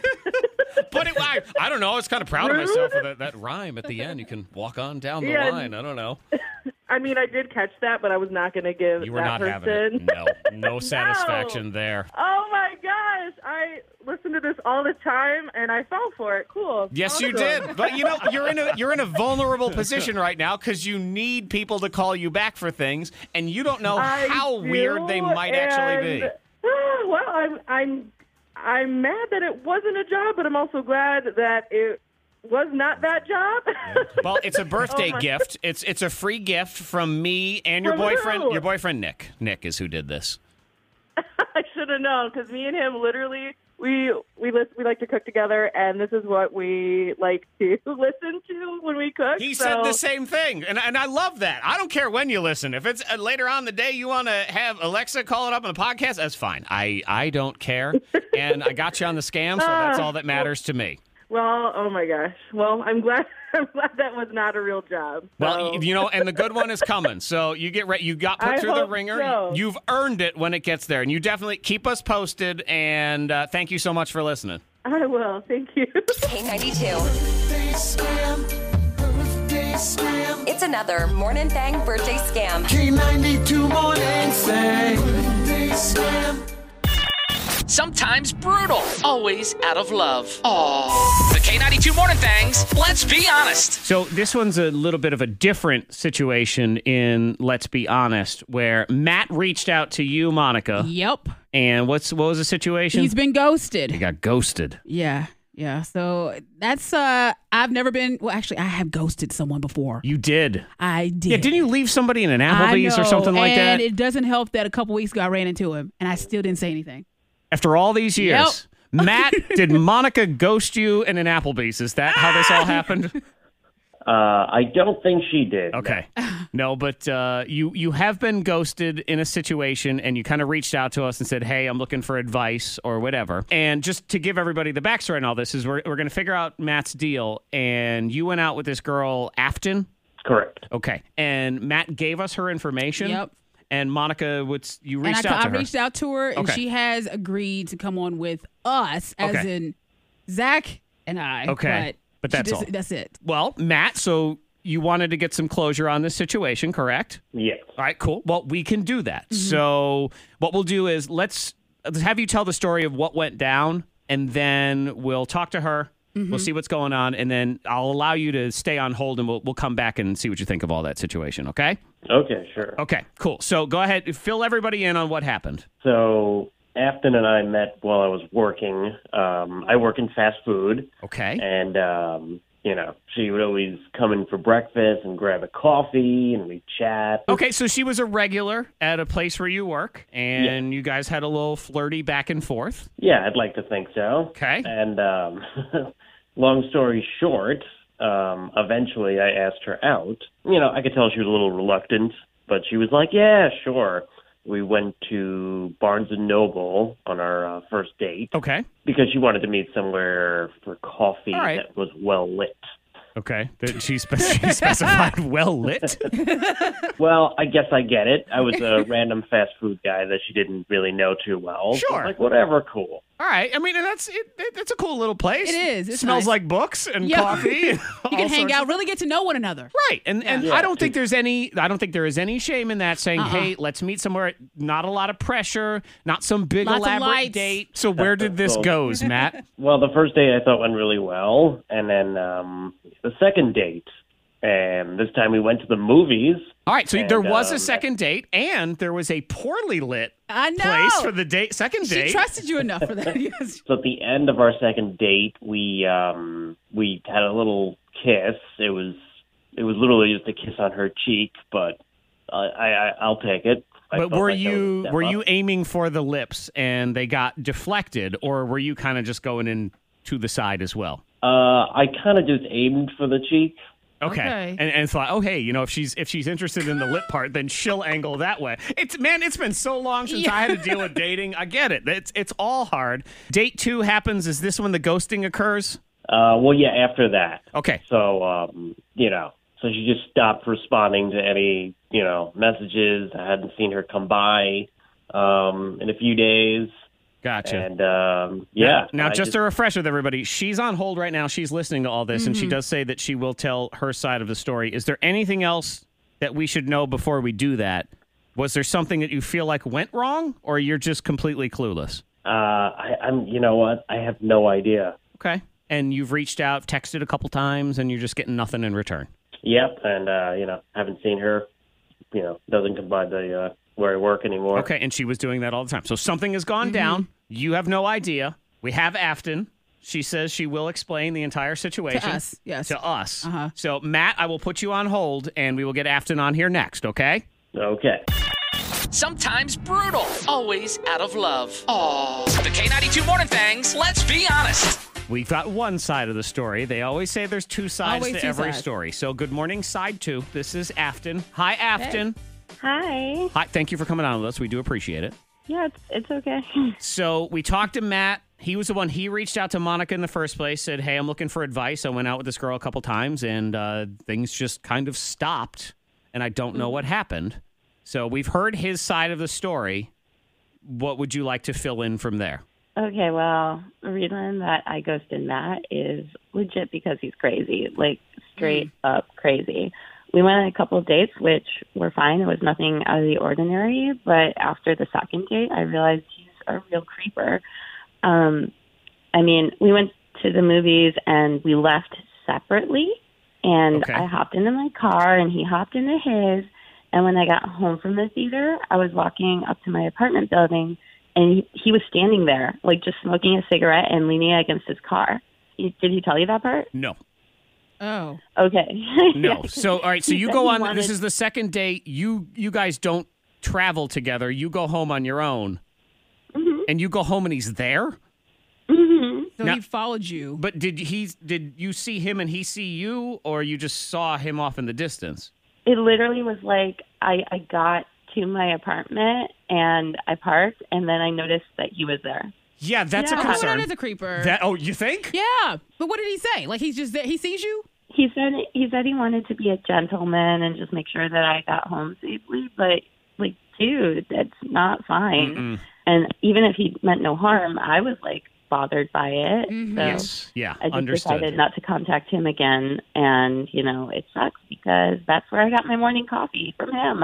Speaker 1: But it, I, I don't know. I was kind of proud of myself for that, that rhyme at the end. You can walk on down the
Speaker 9: Yeah.
Speaker 1: line. I don't know.
Speaker 9: I mean, I did catch that, but I was not going to give
Speaker 1: You were
Speaker 9: that
Speaker 1: not having
Speaker 9: person.
Speaker 1: it. No, no satisfaction there.
Speaker 9: Oh my gosh! I listen to this all the time, and I fell for it. Cool.
Speaker 1: Yes, you
Speaker 9: Awesome.
Speaker 1: did. But you know, you're in a you're in a vulnerable position right now because you need people to call you back for things, and you don't know
Speaker 9: I
Speaker 1: how
Speaker 9: do,
Speaker 1: weird they might actually be.
Speaker 9: and- Ah, well, I'm I'm I'm mad that it wasn't a job, but I'm also glad that it was not that job.
Speaker 1: Well, it's a birthday
Speaker 9: Oh my-
Speaker 1: gift. It's it's a free gift from me and your
Speaker 9: From who?
Speaker 1: boyfriend. Your boyfriend Nick. Nick is who did this.
Speaker 9: I should have known because me and him literally we we listen, we like to cook together, and this is what we like to listen to when we cook.
Speaker 1: He
Speaker 9: so.
Speaker 1: said the same thing, and and I love that. I don't care when you listen. If it's uh, later on in the day you want to have Alexa call it up on the podcast, that's fine. I I don't care, and I got you on the scam, so that's all
Speaker 9: Ah.
Speaker 1: that matters to me.
Speaker 9: Well, oh my gosh. Well, I'm glad. I'm glad that was not a real job.
Speaker 1: Well,
Speaker 9: So-
Speaker 1: y you know, and the good one is coming. So you get re- you got put
Speaker 9: Oh. I
Speaker 1: through the
Speaker 9: hope
Speaker 1: ringer.
Speaker 9: so.
Speaker 1: You've earned it when it gets there, and you definitely keep us posted. And uh, thank you so much for listening.
Speaker 9: I will. Thank you.
Speaker 3: K92.
Speaker 2: Birthday scam. Birthday scam.
Speaker 3: It's another Morning Thang birthday scam.
Speaker 2: K92 morning thing. Birthday scam.
Speaker 10: Sometimes brutal, always out of love. Aww. The K92 Morning Thangs, let's be honest.
Speaker 1: So this one's a little bit of a different situation. In let's be honest, where Matt reached out to you, Monica,
Speaker 5: Yep.
Speaker 1: and what's what was the situation?
Speaker 5: He's been
Speaker 1: he
Speaker 5: ghosted.
Speaker 1: got ghosted.
Speaker 5: Yeah. Yeah. So that's uh I've never been well actually I have ghosted someone before.
Speaker 1: You did.
Speaker 5: I did.
Speaker 1: Yeah, didn't you leave somebody in an
Speaker 5: I
Speaker 1: Applebee's or
Speaker 5: know,
Speaker 1: something like that?
Speaker 5: And it doesn't help that a couple weeks ago I ran into him and I still didn't say anything.
Speaker 1: After all these years, Matt, did Monica ghost you in an Applebee's? Is that how this all happened?
Speaker 11: Uh, I don't think she did.
Speaker 1: Okay. No, but uh, you you have been ghosted in a situation, and you kind of reached out to us and said, "Hey, I'm looking for advice or whatever." And just to give everybody the backstory on all this is, we're we're going to figure out Matt's deal, and you went out with this girl Afton.
Speaker 11: Correct.
Speaker 1: Okay, and Matt gave us her information.
Speaker 5: Yep.
Speaker 1: And Monica, what's you
Speaker 5: And I,
Speaker 1: reached
Speaker 5: t-
Speaker 1: out
Speaker 5: I
Speaker 1: to her?
Speaker 5: reached out to her and
Speaker 1: Okay.
Speaker 5: she has agreed to come on with us, as
Speaker 1: Okay.
Speaker 5: in Zach and I.
Speaker 1: Okay. But
Speaker 5: But,
Speaker 1: that's
Speaker 5: she just-
Speaker 1: all.
Speaker 5: That's it.
Speaker 1: well, Matt, so you wanted to get some closure on this situation, correct?
Speaker 11: Yes.
Speaker 1: All right, cool. Well, we can do that.
Speaker 5: Mm-hmm.
Speaker 1: So, what we'll do is let's let's have you tell the story of what went down, and then we'll talk to her.
Speaker 5: Mm-hmm.
Speaker 1: We'll see what's going on, and then I'll allow you to stay on hold, and we'll we'll come back and see what you think of all that situation. Okay?
Speaker 11: Okay, sure.
Speaker 1: Okay, cool. So go ahead, fill everybody in on what happened.
Speaker 11: So Afton and I met while I was working. Um, I work in fast food,
Speaker 1: Okay.
Speaker 11: and um, you know she would always come in for breakfast and grab a coffee, and we would chat.
Speaker 1: Okay, so she was a regular at a place where you work, and you guys had a little flirty back and forth.
Speaker 11: Yeah, I'd like to think so.
Speaker 1: Okay.
Speaker 11: And um, long story short, um, eventually I asked her out. You know, I could tell she was a little reluctant, but she was like, "Yeah, sure." We went to Barnes and Noble on our uh, first date
Speaker 1: Okay.
Speaker 11: because she wanted to meet somewhere for coffee
Speaker 1: All right.
Speaker 11: that was well lit.
Speaker 1: Okay. That She, spe- she specified well lit.
Speaker 11: Well, I guess I get it. I was a random fast food guy that she didn't really know too well. So,
Speaker 1: Sure.
Speaker 11: Like, whatever, cool.
Speaker 1: All right. I mean, and that's it, it- it's a cool little place.
Speaker 5: It is. It's
Speaker 1: smells
Speaker 5: nice.
Speaker 1: like books and
Speaker 5: Yeah.
Speaker 1: coffee. and
Speaker 5: You
Speaker 1: all
Speaker 5: can hang
Speaker 1: sorts
Speaker 5: out,
Speaker 1: of-
Speaker 5: really get to know one another.
Speaker 1: Right. And and
Speaker 5: Yeah.
Speaker 1: I don't think there's any I don't think there is any shame in that saying,
Speaker 5: Uh-uh.
Speaker 1: "Hey, let's meet somewhere not a lot of pressure, not some big
Speaker 5: Lots of
Speaker 1: elaborate
Speaker 5: lights.
Speaker 1: date." So where did this
Speaker 11: Well-
Speaker 1: goes, Matt?
Speaker 11: Well, the first date I thought went really well, and then um, the second date, and this time we went to the movies.
Speaker 1: All right, so
Speaker 11: And,
Speaker 1: there was
Speaker 11: um,
Speaker 1: a second date and there was a poorly lit
Speaker 5: I know.
Speaker 1: place for the date second
Speaker 5: she
Speaker 1: date.
Speaker 5: trusted you enough for that. Yes.
Speaker 11: So at the end of our second date, we um, we had a little kiss. It was it was literally just a kiss on her cheek, but I, I I'll take it. I
Speaker 1: but
Speaker 11: felt
Speaker 1: were
Speaker 11: like that was a
Speaker 1: you
Speaker 11: step
Speaker 1: were
Speaker 11: up.
Speaker 1: you aiming for the lips and they got deflected or were you kind of just going in to the side as well?
Speaker 11: Uh, I kind of just aimed for the cheek.
Speaker 1: Okay.
Speaker 5: Okay.
Speaker 1: And and thought, oh hey, you know, if she's if she's interested in the lip part, then she'll angle that way. It's man, it's been so long since I had to deal with dating. I get it. It's it's all hard. Date two happens. Is this when the ghosting occurs?
Speaker 11: Uh, well, yeah, after that.
Speaker 1: Okay.
Speaker 11: So, um, you know, so she just stopped responding to any, you know, messages. I hadn't seen her come by um, in a few days.
Speaker 1: Gotcha.
Speaker 11: And um, yeah.
Speaker 1: Now,
Speaker 11: I
Speaker 1: just, a refresher with everybody. She's on hold right now. She's listening to all this, and she does say that she will tell her side of the story. Is there anything else that we should know before we do that? Was there something that you feel like went wrong, or you're just completely clueless?
Speaker 11: uh, I, I'm, you know what? I have no idea.
Speaker 1: Okay. And you've reached out, texted a couple times, and you're just getting nothing in return.
Speaker 11: Yep. And, uh, you know, haven't seen her. You know, doesn't come by the uh, where I work anymore.
Speaker 1: Okay. And she was doing that all the time. So something has gone down. You have no idea. We have Afton. She says she will explain the entire situation
Speaker 5: us, yes.
Speaker 1: To us.
Speaker 5: Uh-huh.
Speaker 1: So, Matt, I will put you on hold and we will get Afton on here next, okay?
Speaker 11: Okay.
Speaker 10: Sometimes brutal, always out of love. Oh, the K92 Morning Thangs, let's be honest.
Speaker 1: We've got one side of the story. They always say there's two sides
Speaker 5: Always
Speaker 1: to
Speaker 5: two
Speaker 1: every
Speaker 5: sides.
Speaker 1: story. So, good morning, side two. This is Afton. Hi, Afton.
Speaker 12: Hi.
Speaker 1: Hi. Thank you for coming on with us. We do appreciate it.
Speaker 12: Yeah, it's, it's okay.
Speaker 1: So we talked to Matt. He was the one. He reached out to Monica in the first place. Said, "Hey, I'm looking for advice. I went out with this girl a couple times, and uh, things just kind of stopped, and I don't
Speaker 12: Hmm.
Speaker 1: know what happened." So we've heard his side of the story. What would you like to fill in from there?
Speaker 12: Okay, well, the reason that I ghosted Matt is legit because he's crazy, like straight
Speaker 5: Mm.
Speaker 12: up crazy. We went on a couple of dates, which were fine. It was nothing out of the ordinary. But after the second date, I realized he's a real creeper. Um, I mean, we went to the movies and we left separately. And
Speaker 13: Okay.
Speaker 12: I hopped into my car and he hopped into his. And when I got home from the theater, I was walking up to my apartment building and he, he was standing there, like just smoking a cigarette and leaning against his car. He, did he tell you that part?
Speaker 1: No,
Speaker 5: Oh.
Speaker 12: Okay.
Speaker 1: no. So all right. So
Speaker 12: He
Speaker 1: you
Speaker 12: said
Speaker 1: go
Speaker 12: he
Speaker 1: on. This
Speaker 12: wanted-
Speaker 1: is the second date. You you guys don't travel together. You go home on your own,
Speaker 12: Mm-hmm.
Speaker 1: and you go home, and he's there.
Speaker 5: So
Speaker 1: Now-
Speaker 5: he followed you.
Speaker 1: But did he did you see him and he see you or you just saw him off in the distance?
Speaker 12: It literally was like I, I got to my apartment and I parked, and then I noticed that he was there.
Speaker 1: Yeah, that's
Speaker 5: Yeah.
Speaker 1: a
Speaker 5: Okay, well,
Speaker 1: concern.
Speaker 5: that is a creeper.
Speaker 1: That- oh, you think?
Speaker 5: yeah. But what did he say? Like he's just there. He sees you?
Speaker 12: He said he said he wanted to be a gentleman and just make sure that I got home safely, but like, dude, that's not fine.
Speaker 1: Mm-mm.
Speaker 12: And even if he meant no harm, I was like bothered by it. So
Speaker 1: Yes. Yeah.
Speaker 12: I just
Speaker 1: understood.
Speaker 12: decided not to contact him again, and you know it sucks because that's where I got my morning coffee from him.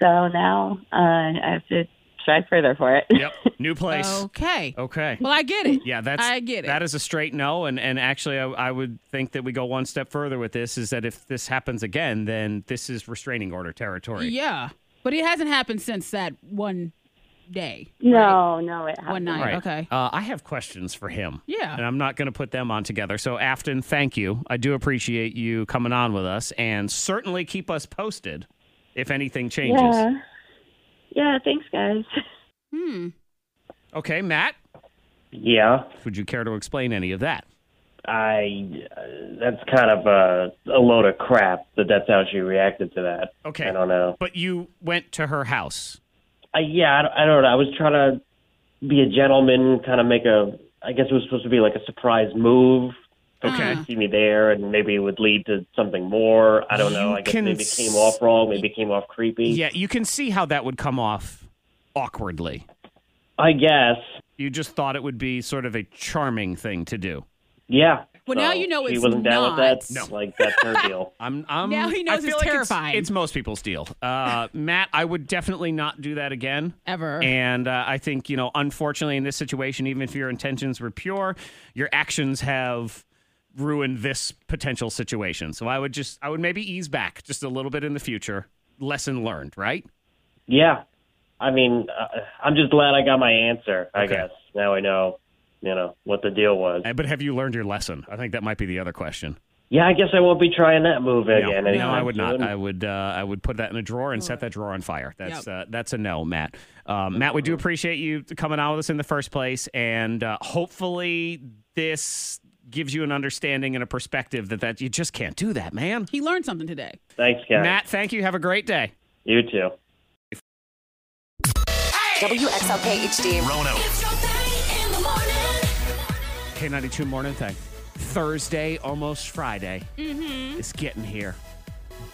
Speaker 12: So now uh, I have to try further for it.
Speaker 1: yep. New place. Oh.
Speaker 5: Okay.
Speaker 1: Okay.
Speaker 5: Well, I get it.
Speaker 1: Yeah, that's
Speaker 5: I get it.
Speaker 1: That is a straight no, and and actually, I, I would think that we go one step further with this is that if this happens again, then this is restraining order territory.
Speaker 5: Yeah. But it hasn't happened since that one day.
Speaker 12: No, no, it happened.
Speaker 5: One night. Okay.
Speaker 1: Uh, I have questions for him.
Speaker 5: Yeah.
Speaker 1: And I'm not going to put them on together. So, Afton, thank you. I do appreciate you coming on with us, and certainly keep us posted if anything changes.
Speaker 12: Yeah. Yeah. Thanks, guys.
Speaker 5: Hmm.
Speaker 1: Okay, Matt.
Speaker 11: Yeah.
Speaker 1: Would you care to explain any of that?
Speaker 11: I uh, that's kind of a, a load of crap that that's how she reacted to that.
Speaker 1: Okay.
Speaker 11: I don't know.
Speaker 1: But you went to her house.
Speaker 11: I, yeah, I don't, I don't know. I was trying to be a gentleman, kind of make a. I guess it was supposed to be like a surprise move,
Speaker 1: Okay.
Speaker 11: see me there, and maybe it would lead to something more. I don't know.
Speaker 1: You
Speaker 11: I guess
Speaker 1: can
Speaker 11: maybe it
Speaker 1: s-
Speaker 11: came off wrong. Maybe it came off creepy.
Speaker 1: Yeah, you can see how that would come off awkwardly.
Speaker 11: I guess.
Speaker 1: You just thought it would be sort of a charming thing to do.
Speaker 11: Yeah.
Speaker 5: Well, now you know
Speaker 11: he
Speaker 5: it's
Speaker 11: wasn't down
Speaker 5: not.
Speaker 11: with that. No. Like that's her deal.
Speaker 1: I'm. I'm
Speaker 5: Now he
Speaker 1: I
Speaker 5: knows
Speaker 1: feel
Speaker 5: it's
Speaker 1: like
Speaker 5: terrifying.
Speaker 1: It's, most people's deal. Uh, Matt, I would definitely not do that again.
Speaker 5: Ever.
Speaker 1: And uh, I think, you know, unfortunately in this situation, even if your intentions were pure, your actions have ruined this potential situation. So I would just, I would maybe ease back just a little bit in the future. Lesson learned, right?
Speaker 11: Yeah. I mean, uh, I'm just glad I got my answer. I guess now I know, you know, what the deal was.
Speaker 1: Uh, But have you learned your lesson? I think that might be the other question.
Speaker 11: Yeah, I guess I won't be trying that move again.
Speaker 1: no,
Speaker 11: anytime
Speaker 1: I would not.
Speaker 11: soon.
Speaker 1: I would uh, I would put that in a drawer and set that drawer on fire. That's uh, that's a no, Matt. Um, Matt, we do appreciate you coming on with us in the first place, and uh, hopefully this gives you an understanding and a perspective that that you just can't do that, man.
Speaker 5: He learned something today.
Speaker 11: Thanks, guys.
Speaker 1: Matt, thank you. Have a great day.
Speaker 11: You too.
Speaker 3: WXLK HD.
Speaker 1: K ninety two morning thing. Thursday, almost Friday.
Speaker 5: Mm-hmm.
Speaker 1: It's getting here.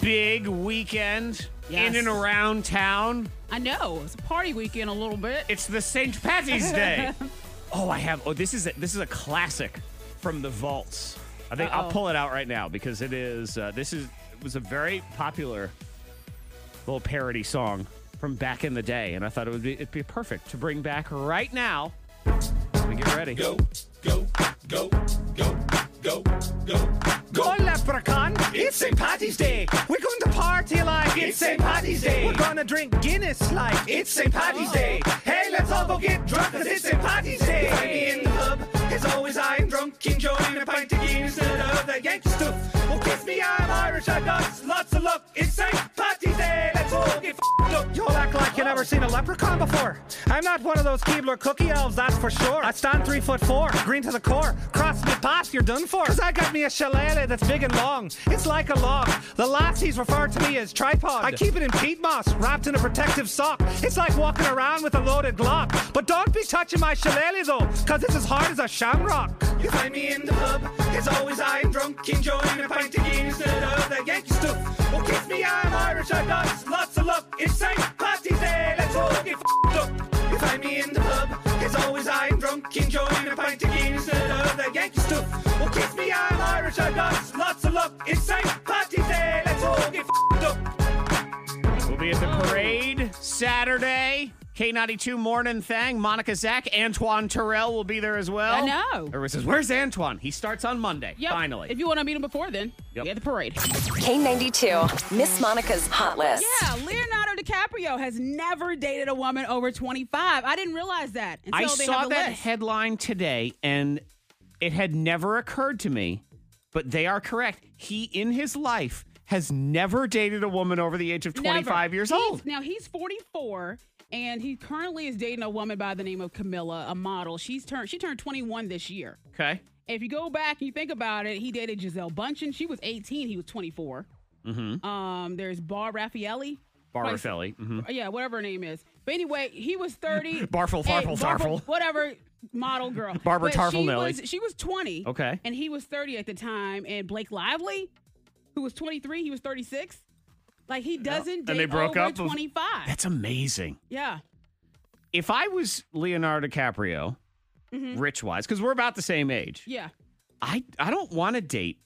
Speaker 1: Big weekend
Speaker 5: Yes.
Speaker 1: in and around town.
Speaker 5: I know. It's a party weekend a little bit.
Speaker 1: It's the St. Patty's Day. Oh, I have. Oh, this is a, this is a classic from the vaults. I think I'll
Speaker 5: Uh-oh.
Speaker 1: pull it out right now because it is. Uh, this is it was a very popular little parody song from back in the day, and I thought it would be it'd be perfect to bring back right now. Let me get ready. Go, go, go, go, go, go.
Speaker 2: Go leprechaun, it's St. Patty's Day. We're going to party like it's St. Patty's Day. We're gonna drink Guinness like it's St. Patty's Day. Hey, let's all go get drunk cause it's St. Patty's Day. Find me in the pub, as always I'm drunk, enjoying a pint of Guinness and of the Yankee stuff. Well, kiss me, I'm Irish, I got lots of luck. It's St. Patty's Day, let's all get f***ed up. Y'all act like you never seen a leprechaun before. I'm not one of those Keebler cookie elves, that's for sure. I stand three foot four, green to the core. Cross me past, you're done for. Cause I got me a shillelagh that's big and long. It's like a log. The lassies refer to me as tripod. I keep it in peat moss, wrapped in a protective sock. It's like walking around with a loaded Glock. But don't be touching my shillelagh though, cause it's as hard as a shamrock. You find me in the pub, as always I'm drunk, enjoying a pint of Guinness instead of the Yankee stuff. Well, kiss me, I'm Irish, I got lots of luck. It's St. Patty's Day, let's all get f***ed up. You find me in the pub, as always I'm drunk, enjoying a pint of Guinness instead of the Yankee stuff. Well, kiss me, I'm Irish, I got lots of luck. It's St. Patty's Day, let's all get f***ed up.
Speaker 1: We'll be at the parade Saturday. K92 morning thing. Monica Zach, Antoine Terrell will be there as well.
Speaker 5: I know.
Speaker 1: Everyone says, Where's Antoine? He starts on Monday,
Speaker 5: Yep.
Speaker 1: finally.
Speaker 5: If you want to meet him before then,
Speaker 1: Yep.
Speaker 5: be at the parade.
Speaker 3: K92. Miss Monica's Hot List.
Speaker 5: Yeah, Leonardo DiCaprio has never dated a woman over 25. I didn't realize that. Until
Speaker 1: I
Speaker 5: they
Speaker 1: saw
Speaker 5: have a
Speaker 1: that
Speaker 5: list.
Speaker 1: headline today, and it had never occurred to me, but they are correct. He, in his life, has never dated a woman over the age of 25
Speaker 5: Never.
Speaker 1: years
Speaker 5: He's-
Speaker 1: old.
Speaker 5: Now he's 44 and he currently is dating a woman by the name of Camilla, a model. She's turned she turned 21 this year.
Speaker 1: Okay.
Speaker 5: If you go back and you think about it, he dated Giselle Bundchen. She was 18, he was 24.
Speaker 1: Mm-hmm.
Speaker 5: Um there's Bar Raffaelli.
Speaker 1: Barfelli. hmm
Speaker 5: Uh, Yeah, whatever her name is. But anyway, he was 30.
Speaker 1: Barfel,
Speaker 5: Hey,
Speaker 1: farfel,
Speaker 5: Barbara-
Speaker 1: farfel.
Speaker 5: Whatever model girl.
Speaker 1: Barbara
Speaker 5: But
Speaker 1: Tarfel
Speaker 5: she
Speaker 1: Nelly.
Speaker 5: was, she was 20.
Speaker 1: Okay.
Speaker 5: And he was 30 at the time. And Blake Lively, who was 23, he was 36. Like he doesn't
Speaker 1: And
Speaker 5: date
Speaker 1: they broke
Speaker 5: over
Speaker 1: up of-
Speaker 5: 25.
Speaker 1: That's amazing.
Speaker 5: yeah.
Speaker 1: If I was Leonardo DiCaprio,
Speaker 5: Mhm.
Speaker 1: rich wise, because we're about the same age,
Speaker 5: Yeah.
Speaker 1: I, I don't want to date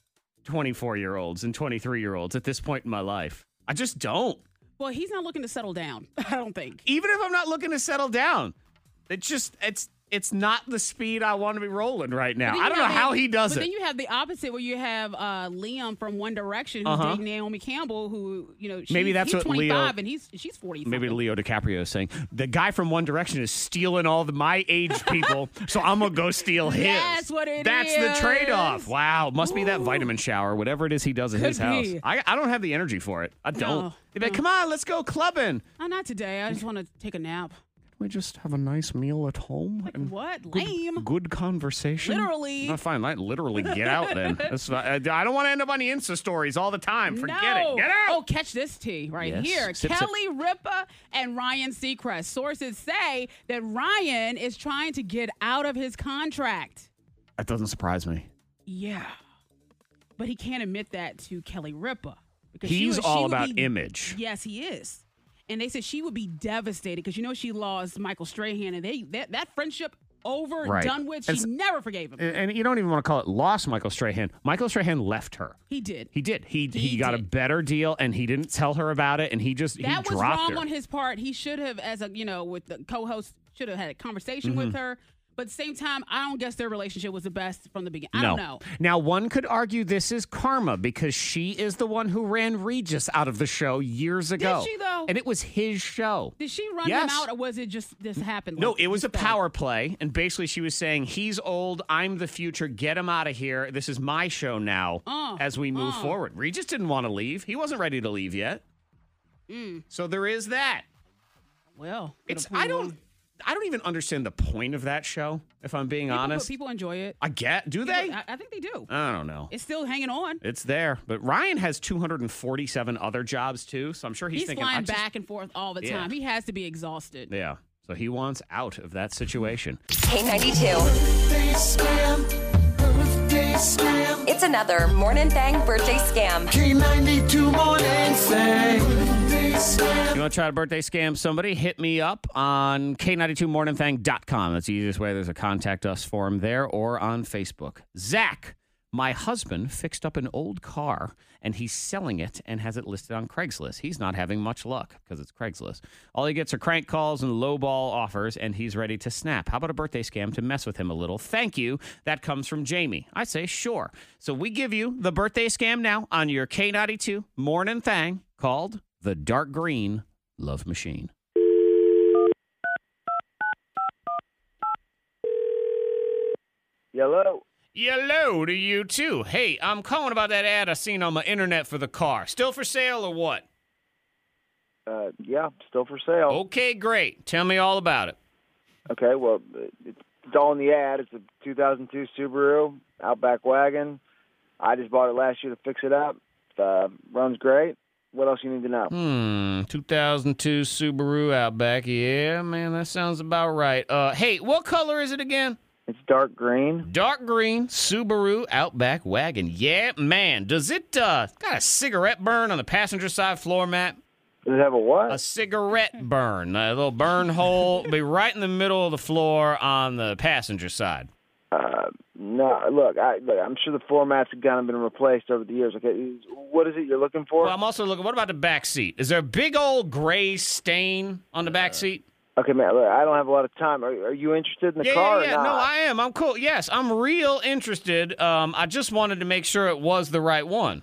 Speaker 1: 24 year olds and 23 year olds at this point in my life. I just don't.
Speaker 5: Well, he's not looking to settle down. I don't think.
Speaker 1: even if I'm not looking to settle down. It's just it's it's not the speed I want to be rolling right now.
Speaker 5: But then
Speaker 1: I
Speaker 5: you
Speaker 1: don't know
Speaker 5: have the-
Speaker 1: how he does
Speaker 5: but
Speaker 1: it.
Speaker 5: then you have the opposite where you have uh, Liam from One Direction who's
Speaker 1: Uh-huh.
Speaker 5: dating Naomi Campbell, who you know she's,
Speaker 1: Maybe that's
Speaker 5: he's
Speaker 1: what Leo-
Speaker 5: 25 and he's she's 40.
Speaker 1: Maybe Leo DiCaprio is saying the guy from One Direction is stealing all the my age people, so I'm gonna go steal his.
Speaker 5: That's what it
Speaker 1: That's
Speaker 5: is.
Speaker 1: the trade-off. Wow, must be that vitamin shower, whatever it is he does at
Speaker 5: Could
Speaker 1: his house.
Speaker 5: be.
Speaker 1: I, I don't have the energy for it. I don't.
Speaker 5: No,
Speaker 1: They'd be like, come on, let's go clubbing.
Speaker 5: Oh, not today. I just want to take a nap.
Speaker 1: We just have a nice meal at home. and
Speaker 5: What?
Speaker 1: Good,
Speaker 5: Lame.
Speaker 1: good conversation.
Speaker 5: Literally.
Speaker 1: No, Ah, fine. Like, literally get out then. That's not, I, I don't want to end up on the Insta stories all the time. Forget
Speaker 5: no.
Speaker 1: it. Get out.
Speaker 5: Oh, catch this tea right
Speaker 1: Yes.
Speaker 5: here.
Speaker 1: Sip, sip.
Speaker 5: Kelly Ripa and Ryan Seacrest. Sources say that Ryan is trying to get out of his contract.
Speaker 1: That doesn't surprise me.
Speaker 5: Yeah. but he can't admit that to Kelly Ripa because she
Speaker 1: He's
Speaker 5: would- she
Speaker 1: all
Speaker 5: would
Speaker 1: about
Speaker 5: be-
Speaker 1: image.
Speaker 5: Yes, he is. And they said she would be devastated because you know she lost Michael Strahan, and they that, that friendship over
Speaker 1: Right. Eh.
Speaker 5: done with. She
Speaker 1: It's-
Speaker 5: never forgave him.
Speaker 1: And, and you don't even want to call it lost Michael Strahan. Michael Strahan left her.
Speaker 5: he did.
Speaker 1: He did. He he, got a better deal, and he didn't tell her about it, and he just
Speaker 5: that
Speaker 1: he
Speaker 5: was
Speaker 1: dropped
Speaker 5: wrong
Speaker 1: her.
Speaker 5: on his part. He should have, as a you know, with the co-host, should have had a conversation with
Speaker 1: Mhm.
Speaker 5: her. But at the same time, I don't guess their relationship was the best from the beginning. I
Speaker 1: no.
Speaker 5: don't know.
Speaker 1: Now, one could argue this is karma because she is the one who ran Regis out of the show years ago.
Speaker 5: she, though?
Speaker 1: And it was his show.
Speaker 5: Did she run him
Speaker 1: Yes.
Speaker 5: out, or was it just this happened?
Speaker 1: No,
Speaker 5: like,
Speaker 1: it was
Speaker 5: this
Speaker 1: a
Speaker 5: bad?
Speaker 1: power play, and basically she was saying, "He's old. I'm the future. Get him out of here. This is my show now."
Speaker 5: Uh,
Speaker 1: as we move
Speaker 5: uh.
Speaker 1: forward, Regis didn't want to leave. He wasn't ready to leave yet.
Speaker 5: Mm.
Speaker 1: So there is that.
Speaker 5: Well,
Speaker 1: It's I don't I don't even understand the point of that show. If I'm being
Speaker 5: People-
Speaker 1: honest,
Speaker 5: people enjoy it.
Speaker 1: I get. Do
Speaker 5: People-
Speaker 1: they? Uh,
Speaker 5: I, I think they do.
Speaker 1: I don't know.
Speaker 5: It's still hanging on.
Speaker 1: It's there, but Ryan has 247 other jobs too, so I'm sure he's,
Speaker 5: He's,
Speaker 1: thinking. I
Speaker 5: flying
Speaker 1: just-
Speaker 5: back and forth all the
Speaker 1: Yeah.
Speaker 5: time. He has to be exhausted.
Speaker 1: Yeah, so he wants out of that situation.
Speaker 3: K92. It's another Morning Thang birthday scam. K92 Morning
Speaker 1: You want to try to birthday scam somebody? Hit me up on K92morningthang.com. That's the easiest way. There's a contact us form there or on Facebook. Zach, my husband fixed up an old car and he's selling it and has it listed on Craigslist. He's not having much luck because it's Craigslist. All he gets are crank calls and lowball offers and he's ready to snap. How about a birthday scam to mess with him a little? Thank you. That comes from Jamie. I say sure. So we give you the birthday scam now on your K92 Morning Thang called the dark green love machine.
Speaker 13: Hello.
Speaker 1: Hello to you too. Hey, I'm calling about that ad I seen on my internet for the car. Still for sale or what?
Speaker 13: Uh, yeah, still for sale.
Speaker 9: Oh.
Speaker 1: Okay, great. Tell me all about it.
Speaker 13: Okay, well, it's all in the ad. It's a 2002 Subaru Outback wagon. I just bought it last year to fix it up. Uh, runs great. What else you need to know?
Speaker 1: Hmm, 2002 Subaru Outback. Yeah, man, that sounds about right. Uh, hey, what color is it again?
Speaker 13: It's dark green.
Speaker 1: Dark green Subaru Outback wagon. Yeah, man. Does it uh got a cigarette burn on the passenger side floor mat?
Speaker 13: Does it have a what?
Speaker 1: A cigarette burn. A little burn hole be right in the middle of the floor on the passenger side.
Speaker 13: Uh, no, look, I, look, I'm sure the floor mats have kind of been replaced over the years. Okay, what is it you're looking for?
Speaker 1: Well, I'm also looking. What about the back seat? Is there a big old gray stain on the
Speaker 13: Uh,
Speaker 1: back seat?
Speaker 13: okay, man, look, I don't have a lot of time. Are, are you interested in the
Speaker 1: yeah,
Speaker 13: car
Speaker 1: yeah, yeah.
Speaker 13: or not?
Speaker 1: No, I am. I'm cool. Yes, I'm real interested. Um, I just wanted to make sure it was the right one.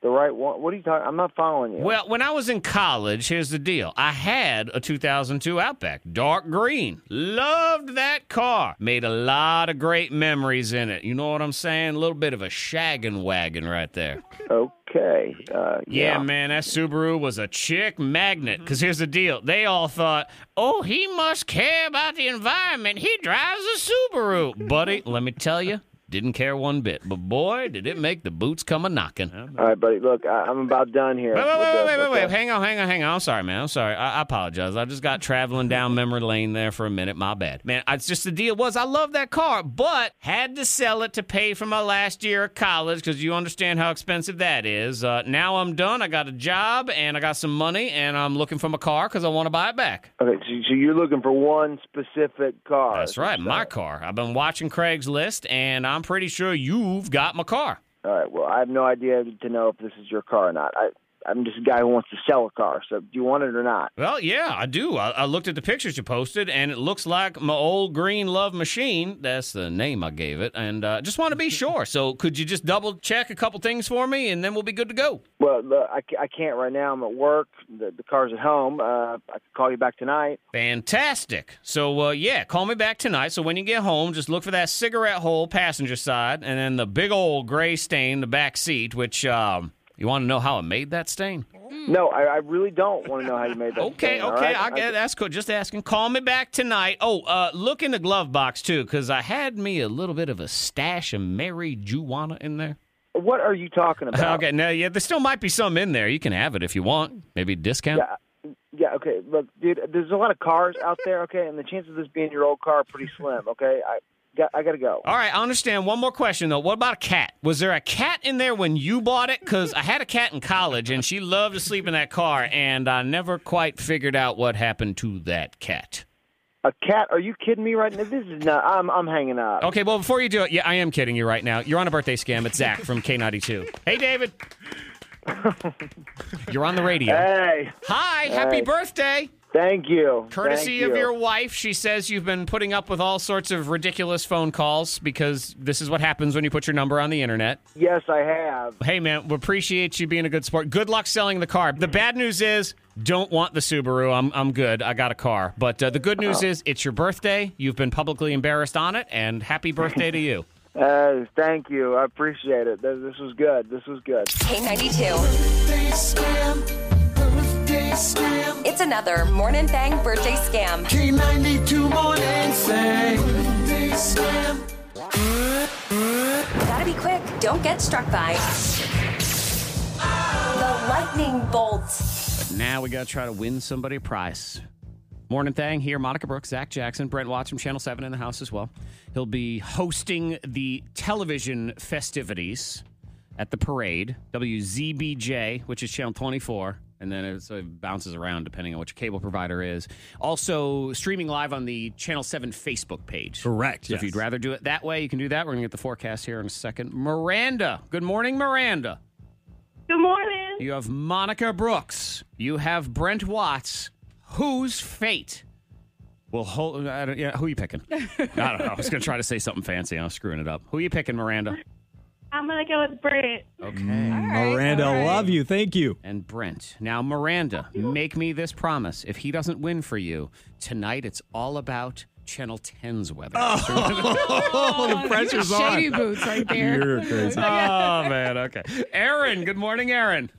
Speaker 13: The right one? What are you talking? I'm not following you.
Speaker 1: Well, when I was in college, here's the deal. I had a 2002 Outback, dark green. Loved that car. Made a lot of great memories in it. You know what I'm saying? A little bit of a shaggin' wagon right there.
Speaker 13: Okay. Uh,
Speaker 1: Yeah, man, that Subaru was a chick magnet. Because here's the deal they all thought, oh, he must care about the environment. He drives a Subaru. Buddy, let me tell you, didn't care one bit. But boy, did it make the boots come a knocking.
Speaker 13: All right, buddy. Look, I, I'm about done here.
Speaker 1: Wait, wait,
Speaker 13: with
Speaker 1: wait,
Speaker 13: this,
Speaker 1: wait, wait, wait.
Speaker 13: okay?
Speaker 1: Hang on, hang on, hang on. I'm sorry, man. I'm sorry. I, I apologize. I just got traveling down memory lane there for a minute. My bad. Man, it's just the deal was I love that car, but had to sell it to pay for my last year of college because you understand how expensive that is. Uh, now I'm done. I got a job and I got some money and I'm looking for my car because I want to buy it back.
Speaker 13: Okay, so, so you're looking for one specific car.
Speaker 1: That's right, my car. I've been watching Craigslist and I'm pretty sure you've got my car.
Speaker 13: All right. Well, I have no idea to know if this is your car or not. I, I'm just a guy who wants to sell a car. So do you want it or not?
Speaker 1: Well, yeah, I do. I, I looked at the pictures you posted, and it looks like my old green love machine. That's the name I gave it, and uh, just want to be sure. So, could you just double check a couple things for me, and then we'll be good to go?
Speaker 13: Well, look, I, ca- I can't right now. I'm at work. The, the car's at home. Uh, I could call you back tonight.
Speaker 1: Fantastic. So, uh, yeah, call me back tonight. So when you get home, just look for that cigarette hole passenger side, and then the big old gray stain in the back seat. Which um, you want to know how I made that stain?
Speaker 13: No, I, I really don't want to know how you made that.
Speaker 1: Hmm. Okay,
Speaker 13: thing, all
Speaker 1: okay,
Speaker 13: right?
Speaker 1: I get that's cool. Just asking. Call me back tonight. Oh, uh, look in the glove box too, because I had me a little bit of a stash of Mary Juana in there.
Speaker 13: What are you talking about?
Speaker 1: Okay, now yeah, there still might be some in there. You can have it if you want. Maybe discount.
Speaker 13: Yeah, okay. Look, dude, there's a lot of cars out there, okay, and the chances of this being your old car are pretty slim, okay? I got, I gotta go.
Speaker 1: All right, I understand. One more question though. What about a cat? Was there a cat in there when you bought it? Because I had a cat in college, and she loved to sleep in that car, and I never quite figured out what happened to that cat.
Speaker 13: A cat? Are you kidding me right now? This is not. I'm I'm hanging up.
Speaker 1: Okay, well, before you do it, yeah, I am kidding you right now. You're on a birthday scam. It's Zach from K92. Hey, David. You're on the radio.
Speaker 13: Hey.
Speaker 1: Hi, happy birthday.
Speaker 13: Thank you.
Speaker 1: Courtesy
Speaker 13: Thank
Speaker 1: of
Speaker 13: you.
Speaker 1: your wife, she says you've been putting up with all sorts of ridiculous phone calls because this is what happens when you put your number on the internet.
Speaker 13: Yes, I have.
Speaker 1: Hey, man, we appreciate you being a good sport. Good luck selling the car. The bad news is, don't want the Subaru. I'm, I'm good. I got a car. But uh, the good news
Speaker 13: Oh.
Speaker 1: is, it's your birthday. You've been publicly embarrassed on it, and happy birthday to you.
Speaker 13: Uh, thank you. I appreciate it. This, this was good. This was good.
Speaker 3: K92. It's another Morning Thang birthday scam. K92 Morning Thang. Gotta be quick. Don't get struck by the lightning bolt.
Speaker 1: But now we got to try to win somebody a prize. Morning Thang here, Monica Brooks, Zach Jackson, Brent Watch from Channel 7 in the house as well. He'll be hosting the television festivities at the parade, WZBJ, which is Channel 24. And then it's- it bounces around depending on what your cable provider is. Also, streaming live on the Channel 7 Facebook page.
Speaker 14: Correct,
Speaker 1: So if
Speaker 14: yes.
Speaker 1: you'd rather do it that way, you can do that. We're going to get the forecast here in a second. Miranda. Good morning, Miranda.
Speaker 15: Good morning.
Speaker 1: You have Monica Brooks. You have Brent Watts. Whose fate will hold? I don't, yeah, who are you picking? I don't know. I was going to try to say something fancy. and I was screwing it up. Who are you picking, Miranda?
Speaker 15: I'm gonna go with Brent.
Speaker 1: Okay.
Speaker 14: Miranda, love you. Thank you.
Speaker 1: And Brent. Now, Miranda, make me this promise. If he doesn't win for you, tonight it's all about Channel 10's weather.
Speaker 14: Oh, the pressure's on.
Speaker 5: Shady boots right there.
Speaker 14: You're crazy.
Speaker 1: oh man, okay. Aaron, good morning, Aaron.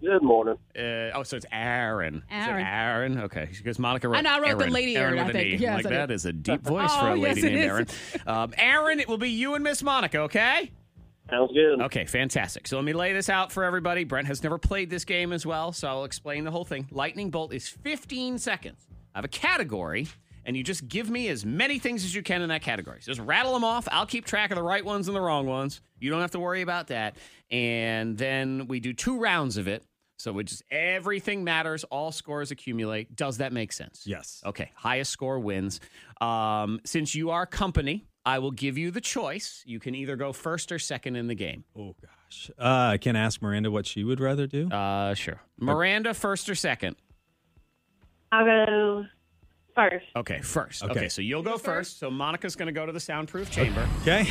Speaker 16: Good morning.
Speaker 1: Uh, oh, so it's Aaron. Is it
Speaker 5: Aaron.
Speaker 1: Aaron. Okay, because Monica wrote.
Speaker 5: I know, I wrote the
Speaker 1: Aaron.
Speaker 5: lady
Speaker 1: Aaron
Speaker 5: Aaron,
Speaker 1: with
Speaker 5: I
Speaker 1: an
Speaker 5: think.
Speaker 1: E.
Speaker 5: Yes,
Speaker 1: like
Speaker 5: I
Speaker 1: that
Speaker 5: did.
Speaker 1: is a deep voice for
Speaker 5: Oh,
Speaker 1: a
Speaker 5: yes,
Speaker 1: lady
Speaker 5: it
Speaker 1: named
Speaker 5: is.
Speaker 1: Aaron. Um, Aaron, it will be you and Miss Monica. Okay.
Speaker 16: Sounds good.
Speaker 1: Okay, fantastic. So let me lay this out for everybody. Brent has never played this game as well, so I'll explain the whole thing. Lightning bolt is 15 seconds. I have a category, and you just give me as many things as you can in that category. So just rattle them off. I'll keep track of the right ones and the wrong ones. You don't have to worry about that. And then we do two rounds of it. So it just everything matters. All scores accumulate. Does that make sense?
Speaker 14: Yes.
Speaker 1: Okay. Highest score wins. Um, since you are company, I will give you the choice. You can either go first or second in the game.
Speaker 14: Oh gosh. Uh, can I ask Miranda what she would rather do?
Speaker 1: Uh, sure. Miranda, first or second?
Speaker 15: I'll go first.
Speaker 1: Okay, first. Okay,
Speaker 14: Okay.
Speaker 1: so you'll go first. So Monica's going to go to the soundproof chamber.
Speaker 14: Okay.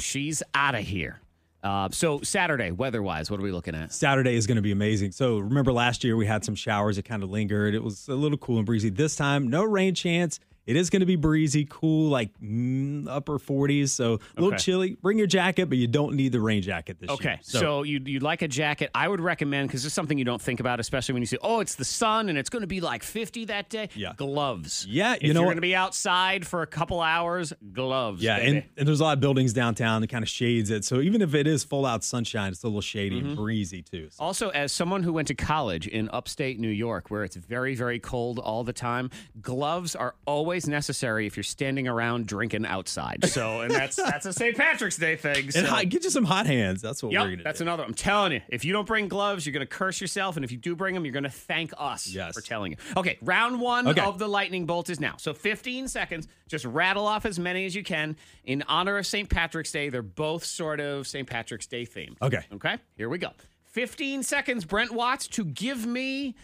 Speaker 1: She's out of here. Uh, so Saturday, weather-wise, what are we looking at?
Speaker 14: Saturday is going to be amazing. So remember last year we had some showers. It kind of lingered. It was a little cool and breezy. This time, no rain chance. It is going to be breezy, cool, like mm, upper 40s. So a little
Speaker 1: Okay.
Speaker 14: chilly. Bring your jacket, but you don't need the rain jacket this year.
Speaker 1: Okay, so, you'd, you'd like a jacket. I would recommend, because it's something you don't think about, especially when you say, oh, it's the sun and it's going to be like 50 that day. Yeah. Gloves.
Speaker 14: Yeah, you
Speaker 1: if
Speaker 14: know
Speaker 1: you're
Speaker 14: what?
Speaker 1: going to be outside for a couple hours, gloves.
Speaker 14: Yeah,
Speaker 1: baby.
Speaker 14: and, and there's a lot of buildings downtown that kind of shades it. So even if it is full out sunshine, it's a little shady
Speaker 1: Mhm.
Speaker 14: and breezy too.
Speaker 1: Also, as someone who went to college in upstate New York, where it's very, very cold all the time, gloves are always necessary if you're standing around drinking outside. So, and that's that's a St. Patrick's Day thing. So.
Speaker 14: And hot, get you some hot hands. That's what
Speaker 1: Yup,
Speaker 14: we're gonna
Speaker 1: that's another. I'm telling you, if you don't bring gloves, you're gonna curse yourself, and if you do bring them, you're gonna thank us for telling you. Okay, round one
Speaker 14: Okay.
Speaker 1: of the lightning bolt is now. So 15 seconds. Just rattle off as many as you can in honor of St. Patrick's Day. They're both sort of St. Patrick's Day themed.
Speaker 14: Okay.
Speaker 1: Okay. Here we go. 15 seconds, Brent Watts, to give me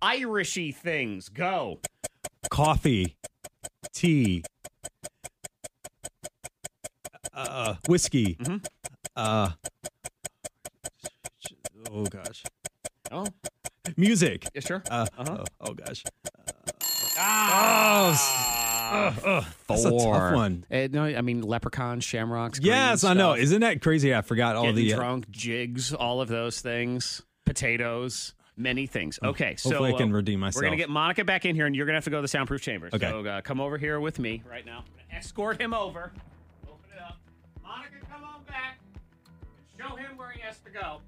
Speaker 1: Irishy things. Go.
Speaker 14: do. Coffee, tea, uh, whiskey.
Speaker 1: Mm-hmm.
Speaker 14: Uh, oh gosh.
Speaker 1: Oh.
Speaker 14: Music.
Speaker 1: Yeah, sure.
Speaker 14: Uh,
Speaker 1: Uh-huh.
Speaker 14: oh, oh gosh.
Speaker 1: Ah.
Speaker 14: That's a tough one.
Speaker 1: Uh, no, I mean leprechauns, shamrocks. green
Speaker 14: Yes, I know.
Speaker 1: stuff.
Speaker 14: Isn't that crazy? I forgot all
Speaker 1: Getting
Speaker 14: the. uh,
Speaker 1: drunk, jigs, all of those things, potatoes, many things. Okay, so
Speaker 14: Mm. hopefully I can
Speaker 1: uh,
Speaker 14: redeem
Speaker 1: We're gonna
Speaker 14: myself.
Speaker 1: get Monica back in here, and you're gonna have to go to the soundproof chambers.
Speaker 14: Okay.
Speaker 1: so, uh, come over here with me right now. I'm gonna escort him over. Open it up, Monica. Come on back. Show him where he has to go.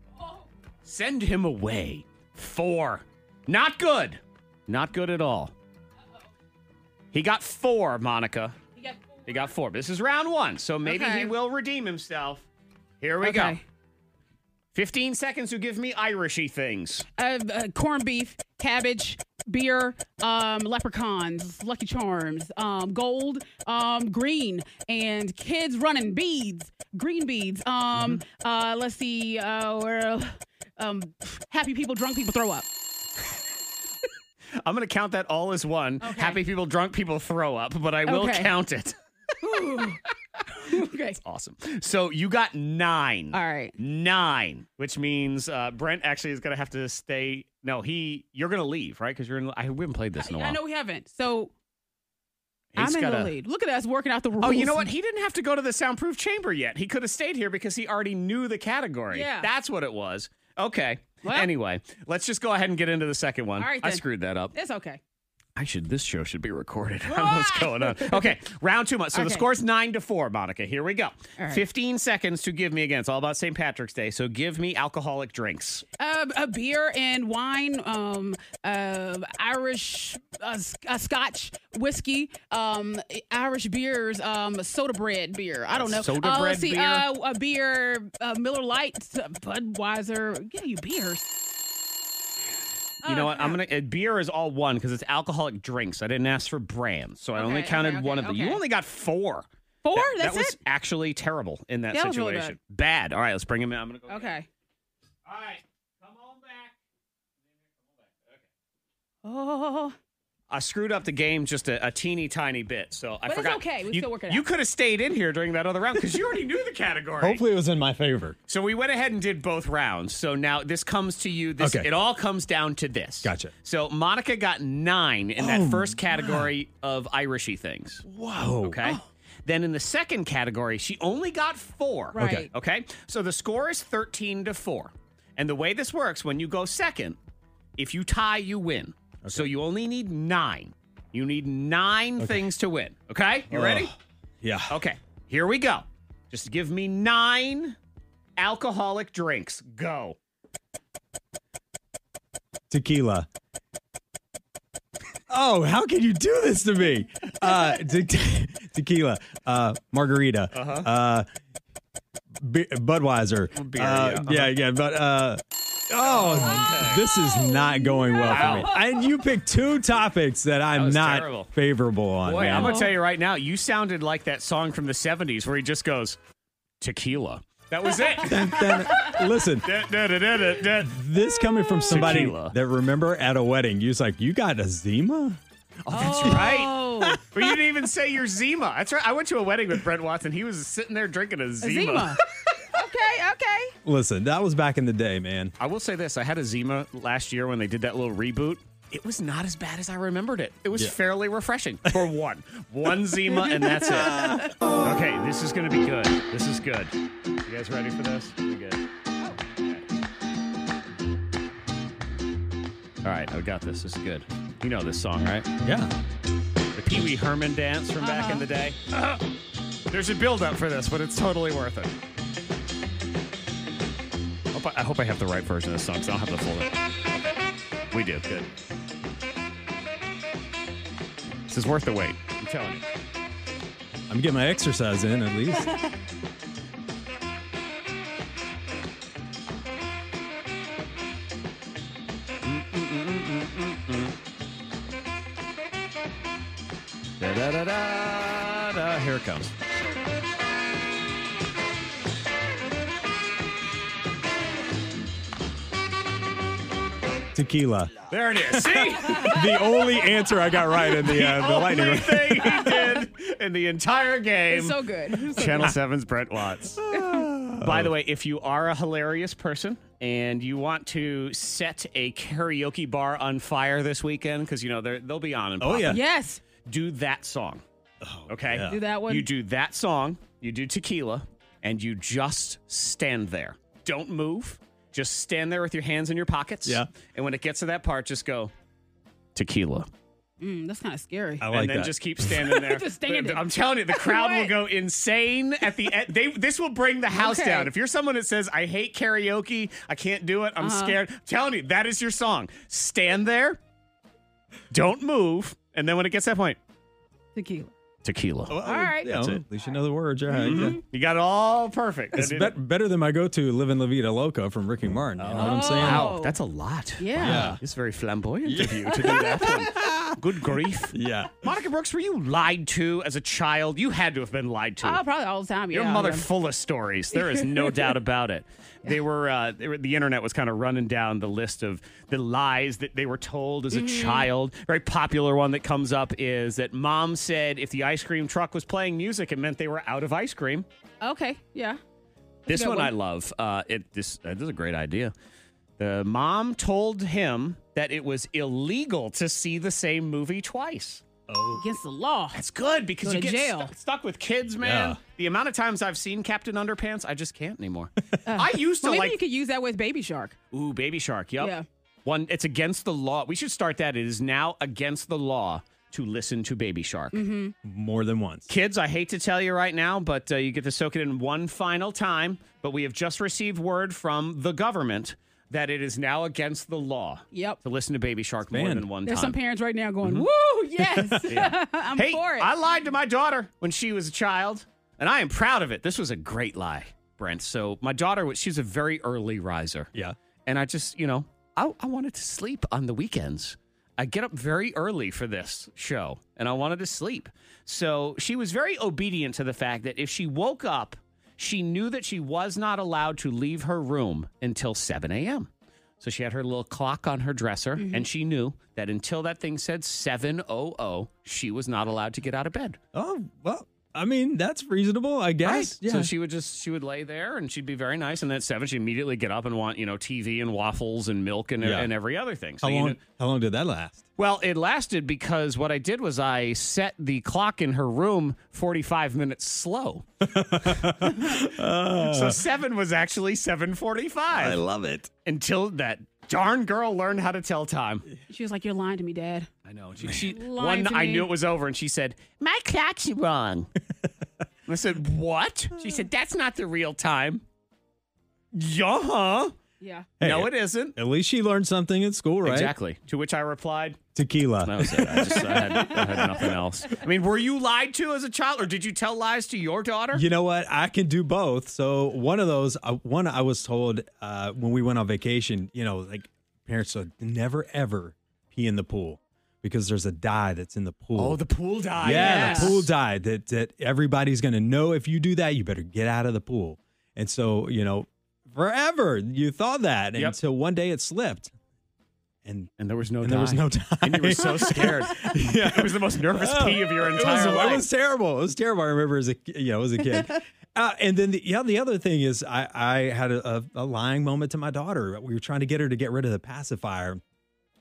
Speaker 1: Send him away. Four. Not good. Not good at all. He got four, Monica. He got four. This is round one, so maybe
Speaker 2: Okay.
Speaker 1: he will redeem himself. Here we go. 15 seconds to give me Irishy things.
Speaker 5: Uh, uh, corned beef, cabbage, beer, um, leprechauns, Lucky Charms, um, gold, um, green, and kids running beads, green beads. Um,
Speaker 14: Mm-hmm.
Speaker 5: uh, let's see, uh, where, um, happy people, drunk people throw up.
Speaker 1: I'm going to count that all as one. Happy people, drunk people throw up, but I will
Speaker 5: Okay.
Speaker 1: count it.
Speaker 5: okay.
Speaker 1: Awesome. So you got nine.
Speaker 5: All right.
Speaker 1: Nine, which means uh, Brent actually is going to have to stay. No, he. You're going to leave, right? Because you're in. I haven't played this in a while.
Speaker 5: I know we haven't. So
Speaker 1: He's
Speaker 5: I'm in the
Speaker 1: gotta-
Speaker 5: lead. Look at us working out the rules.
Speaker 1: Oh, you know what? He didn't have to go to the soundproof chamber yet. He could have stayed here because he already knew the category.
Speaker 5: Yeah.
Speaker 1: That's what it was. Okay. anyway, let's just go ahead and get into the second one.
Speaker 5: All right,
Speaker 1: I
Speaker 5: then.
Speaker 1: screwed that up.
Speaker 5: It's okay.
Speaker 1: I should. This show should be recorded. What's going on? Okay, round two. Much. So the
Speaker 5: Okay.
Speaker 1: score's nine to four, Monica. Here we go.
Speaker 5: All right.
Speaker 1: Fifteen seconds to give me again. It's all about St. Patrick's Day. So give me alcoholic drinks.
Speaker 5: Uh, a beer and wine, um, uh, Irish, uh, s- uh, Scotch whiskey, um, Irish beers, um, soda bread beer. I don't know.
Speaker 1: Soda
Speaker 5: uh,
Speaker 1: bread
Speaker 5: let's see,
Speaker 1: beer?
Speaker 5: Uh, a beer, uh, Miller Lite, uh, Budweiser. Give you beers.
Speaker 1: You
Speaker 5: Oh,
Speaker 1: know what? I'm gonna. uh, Beer is all one because it's alcoholic drinks. I didn't ask for brands, so I only
Speaker 5: okay,
Speaker 1: counted
Speaker 5: okay,
Speaker 1: one of them. You
Speaker 5: okay.
Speaker 1: only got four.
Speaker 5: Four?
Speaker 1: That, that
Speaker 5: That's
Speaker 1: was
Speaker 5: it?
Speaker 1: actually terrible in that,
Speaker 5: That was really
Speaker 1: situation. bad. All right, let's bring him in. I'm gonna go.
Speaker 5: Okay.
Speaker 1: All right, come on back.
Speaker 5: Oh,
Speaker 1: I screwed up the game just a, a teeny tiny bit, so I
Speaker 5: But it's
Speaker 1: forgot.
Speaker 5: okay, we
Speaker 1: you,
Speaker 5: still work it
Speaker 1: You
Speaker 5: out.
Speaker 1: could have stayed in here during that other round because you already knew the category.
Speaker 14: Hopefully, it was in my favor.
Speaker 1: So we went ahead and did both rounds. So now this comes to you. This
Speaker 14: Okay.
Speaker 1: it all comes down to this.
Speaker 14: Gotcha.
Speaker 1: So Monica got nine in
Speaker 14: Oh,
Speaker 1: that first category of Irishy things.
Speaker 14: Whoa.
Speaker 1: Okay. Then in the second category, she only got four.
Speaker 14: Right. Okay.
Speaker 1: Okay. So the score is thirteen to four. And the way this works, when you go second, if you tie, you win. So you only need nine. You need nine things to win. Okay. You
Speaker 14: Oh.
Speaker 1: ready?
Speaker 14: Yeah.
Speaker 1: Okay, here we go. Just give me nine alcoholic drinks. Go.
Speaker 14: Tequila. Oh, how can you do this to me? Uh, te- tequila, uh, margarita,
Speaker 2: Uh-huh.
Speaker 14: uh, be- Budweiser.
Speaker 2: Beer,
Speaker 14: uh,
Speaker 2: yeah, uh-huh.
Speaker 14: yeah, yeah, But uh, oh, this is not going well for me. And you picked two topics that I'm
Speaker 1: was
Speaker 14: not
Speaker 1: terrible.
Speaker 14: favorable on.
Speaker 1: Boy,
Speaker 14: man.
Speaker 1: I'm going to tell you right now, you sounded like that song from the 70s where he just goes, tequila. That was it.
Speaker 14: Dun, dun. Listen, this coming from somebody that remember at a wedding, you was like, you got a Zima.
Speaker 1: That's Oh. right. but you didn't even say your Zima. That's right. I went to a wedding with Brent Watson. He was sitting there drinking a Zima.
Speaker 5: Zima. okay, okay.
Speaker 14: Listen, that was back in the day, man.
Speaker 1: I will say this I had a Zima last year when they did that little reboot. It was not as bad as I remembered it. It was
Speaker 14: Yeah.
Speaker 1: fairly refreshing for one. One Zima, and that's it. Okay, this is going to be good. This is good. You guys ready for this? We good. All right, I got this. This is good. You know this song, right?
Speaker 14: Yeah.
Speaker 1: The Pee Wee Herman dance from back in the day. Uh-huh. There's a build up for this, but it's totally worth it. Hope I, I hope I have the right version of the song because I don't have the full one. We do. Good. This is worth the wait. I'm telling you.
Speaker 14: I'm getting my exercise in at least.
Speaker 1: Da, da, da, da, da. Here it comes.
Speaker 14: Tequila.
Speaker 1: There it is. See?
Speaker 14: the only answer I got right in the, uh, the lightning
Speaker 1: Only
Speaker 14: round.
Speaker 1: thing he did in the entire game.
Speaker 5: It's so good. It's so
Speaker 1: Channel
Speaker 5: good.
Speaker 1: 7's Brett Watts. Ah. By the way, if you are a hilarious person and you want to set a karaoke bar on fire this weekend, because you know they're- they'll be on and
Speaker 14: Oh, yeah. Oh,
Speaker 1: popping,
Speaker 5: Yes.
Speaker 1: do that song. okay,
Speaker 5: yeah. Do that one.
Speaker 1: You do that song. You do tequila, and you just stand there. Don't move. Just stand there with your hands in your pockets.
Speaker 14: Yeah.
Speaker 1: And when it gets to that part, just go tequila.
Speaker 5: Mm, that's kind of scary.
Speaker 14: I like
Speaker 1: and then
Speaker 14: that.
Speaker 1: just keep standing there.
Speaker 5: Just stand there.
Speaker 1: I'm telling you, the crowd will
Speaker 5: Right.
Speaker 1: go insane at the end. They this will bring the house
Speaker 5: Okay.
Speaker 1: down. If you're someone that says, "I hate karaoke, I can't do it, I'm
Speaker 5: Uh-huh.
Speaker 1: scared," I'm telling you, that is your song. Stand there, don't move, and then when it gets to that point,
Speaker 5: Tequila.
Speaker 1: Tequila.
Speaker 14: all
Speaker 5: right.
Speaker 1: That's it.
Speaker 14: At least you know the words. All right, yeah.
Speaker 1: You got it all perfect.
Speaker 14: It's
Speaker 1: I
Speaker 14: bet
Speaker 1: did-
Speaker 14: better than my go-to "Living La Vida Loca" from Ricky Martin. You know what I'm saying?
Speaker 5: Oh.
Speaker 1: Wow, that's a lot.
Speaker 14: Yeah.
Speaker 1: Wow. It's very flamboyant of you to do that. one. Good grief.
Speaker 14: Yeah.
Speaker 1: Monica Brooks, were you lied to as a child? You had to have been lied to.
Speaker 5: Oh, probably all the time.
Speaker 1: Your
Speaker 5: yeah.
Speaker 1: mother
Speaker 5: Yeah.
Speaker 1: full of stories. There is no doubt about it. They were, uh, they were the internet was kind of running down the list of the lies that they were told as a
Speaker 5: Mhm.
Speaker 1: child. Very popular one that comes up is that mom said if the ice cream truck was playing music, it meant they were out of ice cream.
Speaker 5: Okay. Yeah.
Speaker 1: This
Speaker 5: That's a
Speaker 1: one,
Speaker 5: good
Speaker 1: I love. Uh, it this uh, this is a great idea. The mom told him that it was illegal to see the same movie twice. Oh,
Speaker 5: against the law.
Speaker 1: That's good because
Speaker 5: Go
Speaker 1: you
Speaker 5: to
Speaker 1: get
Speaker 5: jail.
Speaker 1: stu- stuck with kids, man.
Speaker 5: Yeah.
Speaker 1: The amount of times I've seen Captain Underpants, I just can't anymore.
Speaker 14: Uh,
Speaker 1: I used to
Speaker 5: well, maybe
Speaker 1: like-
Speaker 5: you could use that with Baby Shark.
Speaker 1: Ooh, Baby Shark. Yep.
Speaker 5: Yeah.
Speaker 1: One, it's against the law. We should start that. It is now against the law to listen to Baby Shark.
Speaker 5: Mm-hmm.
Speaker 14: More than once.
Speaker 1: Kids, I hate to tell you right now, but uh, you get to soak it in one final time. But we have just received word from the government that it is now against the law.
Speaker 5: Yep.
Speaker 1: To listen to Baby Shark more
Speaker 14: banned.
Speaker 1: than one
Speaker 5: There's
Speaker 1: time. Mm-hmm.
Speaker 5: some parents right now going, "Woo, yes, I'm
Speaker 1: hey,
Speaker 5: for it."
Speaker 1: I lied to my daughter when she was a child, and I am proud of it. This was a great lie, Brent. So my daughter, was she's a very early riser.
Speaker 14: Yeah.
Speaker 1: And I just, you know, I, I wanted to sleep on the weekends. I get up very early for this show, and I wanted to sleep. So she was very obedient to the fact that if she woke up, she knew that she was not allowed to leave her room until 7 a.m. So she had her little clock on her dresser,
Speaker 14: Mm-hmm.
Speaker 1: and she knew that until that thing said 7.00, she was not allowed to get out of bed.
Speaker 14: Oh well, I mean that's reasonable, I guess. Yeah.
Speaker 1: So she would just she would lay there and she'd be very nice, and then at seven she'd immediately get up and want you know TV and waffles and milk and,
Speaker 14: Yeah.
Speaker 1: and every other thing. So
Speaker 14: how
Speaker 1: you
Speaker 14: long?
Speaker 1: know-
Speaker 14: how long did that last?
Speaker 1: well, it lasted because what I did was I set the clock in her room 45 minutes slow. so 7 was actually 7:45. I
Speaker 14: love it.
Speaker 1: Until that darn girl learned how to tell time.
Speaker 5: She was like, "You're lying to me, Dad."
Speaker 1: I know. She, she
Speaker 5: Lying
Speaker 1: one
Speaker 5: to
Speaker 1: I
Speaker 5: me.
Speaker 1: knew it was over and she said, "My clock's wrong." And I said, "What?" She said, "That's not the real time." Yeah. huh?
Speaker 5: Yeah.
Speaker 1: no, it isn't.
Speaker 14: At least she learned something in school, right?
Speaker 1: Exactly. To which I replied,
Speaker 14: Tequila.
Speaker 1: That was it. I just I had, I had nothing else. I mean, were you lied to as a child, or did you tell lies to your daughter?
Speaker 14: You know what? I can do both. So one of those, uh, one I was told uh, when we went on vacation. You know, like parents said, never ever pee in the pool because there's a dye that's in the pool.
Speaker 1: Oh, the pool died.
Speaker 14: yeah, the pool dye that that everybody's gonna know. If you do that, you better get out of the pool. And so you know, forever you thought that until one day it slipped, and
Speaker 1: and there was no
Speaker 14: and there was
Speaker 1: dye.
Speaker 14: no dye.
Speaker 1: And you were so scared.
Speaker 14: yeah, Oh.
Speaker 1: it was the most nervous pee of your
Speaker 14: It was-
Speaker 1: entire
Speaker 14: it was,
Speaker 1: life.
Speaker 14: terrible. It was terrible. I remember as a ki- you know as a kid. Uh, and then the yeah, the other thing is I I had a, a, a lying moment to my daughter. We were trying to get her to get rid of the pacifier.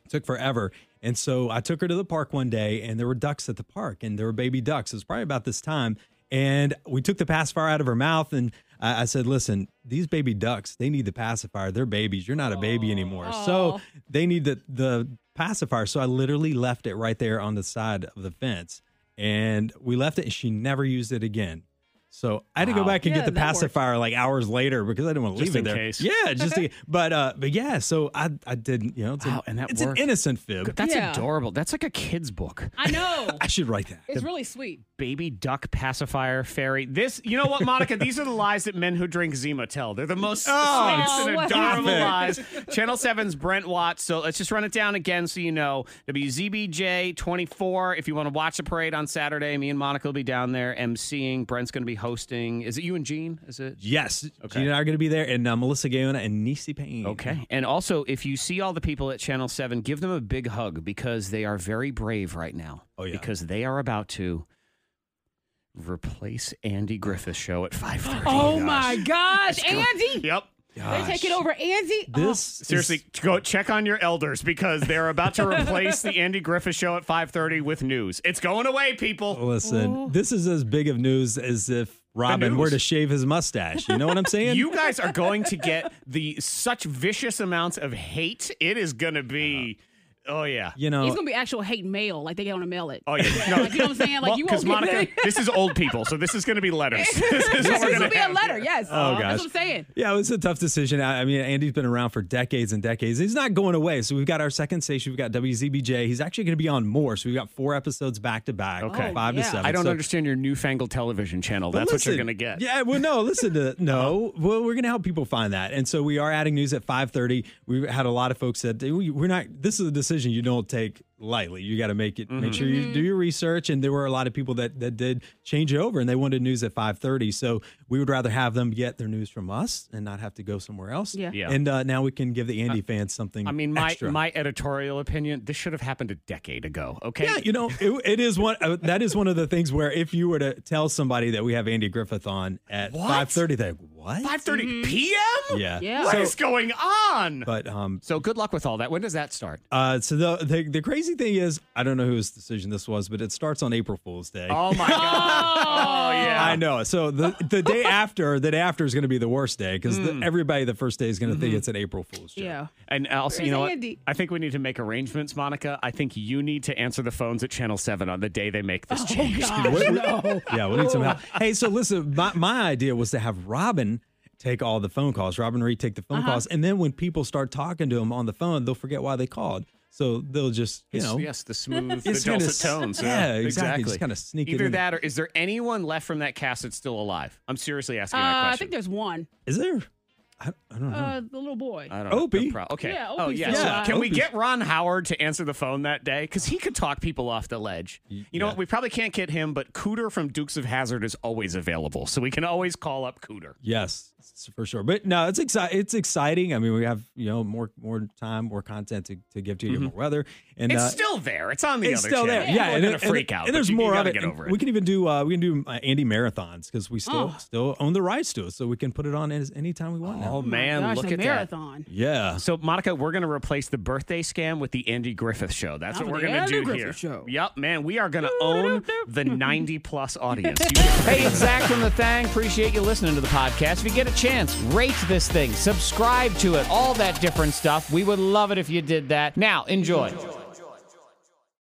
Speaker 14: took forever. And so I took her to the park one day, and there were ducks at the park, and there were baby ducks. It was probably about this time. And we took the pacifier out of her mouth, and I, I said, "Listen, these baby ducks, they need the pacifier. They're babies. You're not a baby anymore, so they need the the pacifier." So I literally left it right there on the side of the fence, and we left it, and she never used it again. So I had to go
Speaker 1: Wow.
Speaker 14: back and
Speaker 1: Yeah,
Speaker 14: get the
Speaker 1: that works.
Speaker 14: pacifier like hours later because I didn't want to
Speaker 1: Just
Speaker 14: leave it
Speaker 1: in
Speaker 14: there.
Speaker 1: case.
Speaker 14: Yeah, just to, but uh, but yeah. So I I didn't you know it's, an-
Speaker 1: Wow, and that
Speaker 14: it's
Speaker 1: worked.
Speaker 14: an innocent fib.
Speaker 1: That's
Speaker 5: Yeah.
Speaker 1: adorable. That's like a kid's book.
Speaker 5: I know.
Speaker 14: I should write that.
Speaker 5: It's really sweet.
Speaker 1: Baby duck pacifier fairy. This, you know what, Monica? These are the lies that men who drink Zima tell. They're the most
Speaker 14: Oh,
Speaker 1: sweetest and
Speaker 14: stop
Speaker 1: adorable
Speaker 14: it.
Speaker 1: lies. Channel 7's Brent Watts. So let's just run it down again so you know. WZBJ 24. If you want to watch the parade on Saturday, me and Monica will be down there emceeing. Brent's going to be hosting. Is it you and Gene? Is it?
Speaker 14: Yes, Gina and I are going to be there, and uh, Melissa Gaona and Nisi Payne.
Speaker 1: Okay. Mm-hmm. And also, if you see all the people at Channel 7, give them a big hug because they are very brave right now. Oh, yeah. Because they are about to replace Andy Griffith's show at 5.30.
Speaker 5: Oh my gosh, Andy!
Speaker 1: Yep.
Speaker 5: They're taking over Andy. oh,
Speaker 14: This
Speaker 1: Seriously, go check on your elders because they're about to replace the Andy Griffith show at 5.30 with news. It's going away, people.
Speaker 14: oh,
Speaker 5: Oh,
Speaker 14: Listen, this is as big of news as if Robin were
Speaker 1: news.
Speaker 14: to shave his mustache. You know what I'm saying?
Speaker 1: You guys are going to get the such vicious amounts of hate. It is going to be Oh yeah.
Speaker 14: You know,
Speaker 5: it's gonna be actual hate mail. Like they gonna mail it.
Speaker 1: Oh yeah, no.
Speaker 5: Like, you know what I'm saying? Like you won't
Speaker 1: because
Speaker 5: be
Speaker 1: Monica, this is old people, so this is going to be letters. this is what
Speaker 5: this
Speaker 1: we're
Speaker 5: will
Speaker 1: going
Speaker 5: be
Speaker 1: to
Speaker 5: a letter. Yes.
Speaker 14: Oh, gosh.
Speaker 5: That's what I'm saying.
Speaker 14: Yeah, it was a tough decision. I, I mean, Andy's been around for decades and decades. He's not going away. So we've got our second station. We've got WZBJ. He's actually going to be on more. So we've got four episodes back to back.
Speaker 1: Okay.
Speaker 14: Okay, five to seven.
Speaker 1: I don't
Speaker 14: So-
Speaker 1: understand your newfangled television channel.
Speaker 14: But
Speaker 1: That's what you're
Speaker 14: listen,
Speaker 1: going to get.
Speaker 14: Yeah, well, no, listen to no. Well, we're gonna help people find that, and so we are adding news at five thirty. We've had a lot of folks that we, we're not. This is a decision you don't take lightly. You got to make it. Make sure you do your research. And there were a lot of people that that did change it over, and they wanted news at five thirty. So we would rather have them get their news from us and not have to go somewhere else.
Speaker 1: Yeah. Yeah.
Speaker 14: And uh, now we can give the Andy fans something.
Speaker 1: I mean, my
Speaker 14: extra.
Speaker 1: my editorial opinion. This should have happened a decade ago. Okay.
Speaker 14: Yeah, you know, it, it is one. Uh, that is one of the things where if you were to tell somebody that we have Andy Griffith on at
Speaker 1: What?
Speaker 14: five thirty, they like, what?
Speaker 1: 5:30
Speaker 5: Mm-hmm.
Speaker 1: p.m.
Speaker 14: Yeah. Yeah.
Speaker 1: What
Speaker 14: So-
Speaker 1: is going on?
Speaker 14: But um,
Speaker 1: so good luck with all that. When does that start?
Speaker 14: Uh, so the, the the crazy thing is, I don't know whose decision this was, but it starts on April Fool's Day.
Speaker 1: Oh my god. oh yeah.
Speaker 14: I know. So the the day after, the day after is going to be the worst day because
Speaker 1: Hmm.
Speaker 14: everybody the first day is going to
Speaker 1: Mm-hmm.
Speaker 14: think it's an April Fool's.
Speaker 5: Yeah.
Speaker 1: And also,
Speaker 5: Where's
Speaker 1: you know what?
Speaker 5: Andy?
Speaker 1: I think we need to make arrangements, Monica. I think you need to answer the phones at Channel 7 on the day they make
Speaker 5: Oh,
Speaker 1: this change.
Speaker 14: What- Yeah, we need some help. Hey, so listen, my, my idea was to have Robin take all the phone calls. Robin Reed take the phone
Speaker 1: Uh-huh.
Speaker 14: calls, and then when people start talking to him on the phone, they'll forget why they called. So they'll just you
Speaker 1: It's-
Speaker 14: know
Speaker 1: yes, the smooth, the
Speaker 14: It's kinda
Speaker 1: dulcet
Speaker 14: s-
Speaker 1: tones.
Speaker 14: yeah, exactly. Just kinda sneak it
Speaker 1: Either
Speaker 14: in.
Speaker 1: that, or is there anyone left from that cast that's still alive? I'm seriously
Speaker 5: Uh,
Speaker 1: asking that
Speaker 5: I
Speaker 1: question.
Speaker 5: think there's one.
Speaker 14: Is there? I, I don't know.
Speaker 5: Uh, the little boy.
Speaker 1: I don't know.
Speaker 14: Opie?
Speaker 1: No pro- okay.
Speaker 5: Yeah,
Speaker 1: oh
Speaker 5: Opie's
Speaker 1: yeah.
Speaker 5: still
Speaker 1: So
Speaker 5: alive.
Speaker 1: can we
Speaker 5: Opie's-
Speaker 1: get Ron Howard to answer the phone that day? Because he could talk people off the ledge. You know what? We probably can't get him, but Cooter from Dukes of Hazard is always available, so we can always call up Cooter.
Speaker 14: Yes, s- for sure. But no, it's exciting. It's exciting. I mean, we have you know more more time, more content to, to give to you, more weather, and
Speaker 1: it's
Speaker 14: uh,
Speaker 1: still there. It's on the
Speaker 14: it's
Speaker 1: other
Speaker 14: still
Speaker 1: channel.
Speaker 14: there. Yeah,
Speaker 1: People are
Speaker 14: and,
Speaker 1: gonna
Speaker 14: and-
Speaker 1: freak out.
Speaker 14: And
Speaker 1: but
Speaker 14: there's
Speaker 1: you- you
Speaker 14: more of
Speaker 1: gotta
Speaker 14: it.
Speaker 1: Get
Speaker 14: And
Speaker 1: over
Speaker 14: We can even do uh, we can do uh, Andy marathons because we still
Speaker 1: Oh.
Speaker 14: still own the rights to it, so we can put it on as anytime we want. now.
Speaker 1: Oh man,
Speaker 5: Gosh,
Speaker 1: look
Speaker 5: a
Speaker 1: at
Speaker 5: marathon.
Speaker 1: that.
Speaker 14: Yeah.
Speaker 1: So Monica, we're gonna replace the birthday scam with the Andy Griffith show. That's
Speaker 5: Not
Speaker 1: what
Speaker 5: with
Speaker 1: we're
Speaker 5: Oh, the
Speaker 1: gonna
Speaker 5: Andy
Speaker 1: do
Speaker 5: Griffith
Speaker 1: here.
Speaker 5: Show.
Speaker 1: Yep, man, we are gonna own the 90 plus audience. You- hey, it's Zach from the Thang. Appreciate you listening to the podcast. If you get a chance, rate this thing, subscribe to it, all that different stuff. We would love it if you did that. Now, enjoy.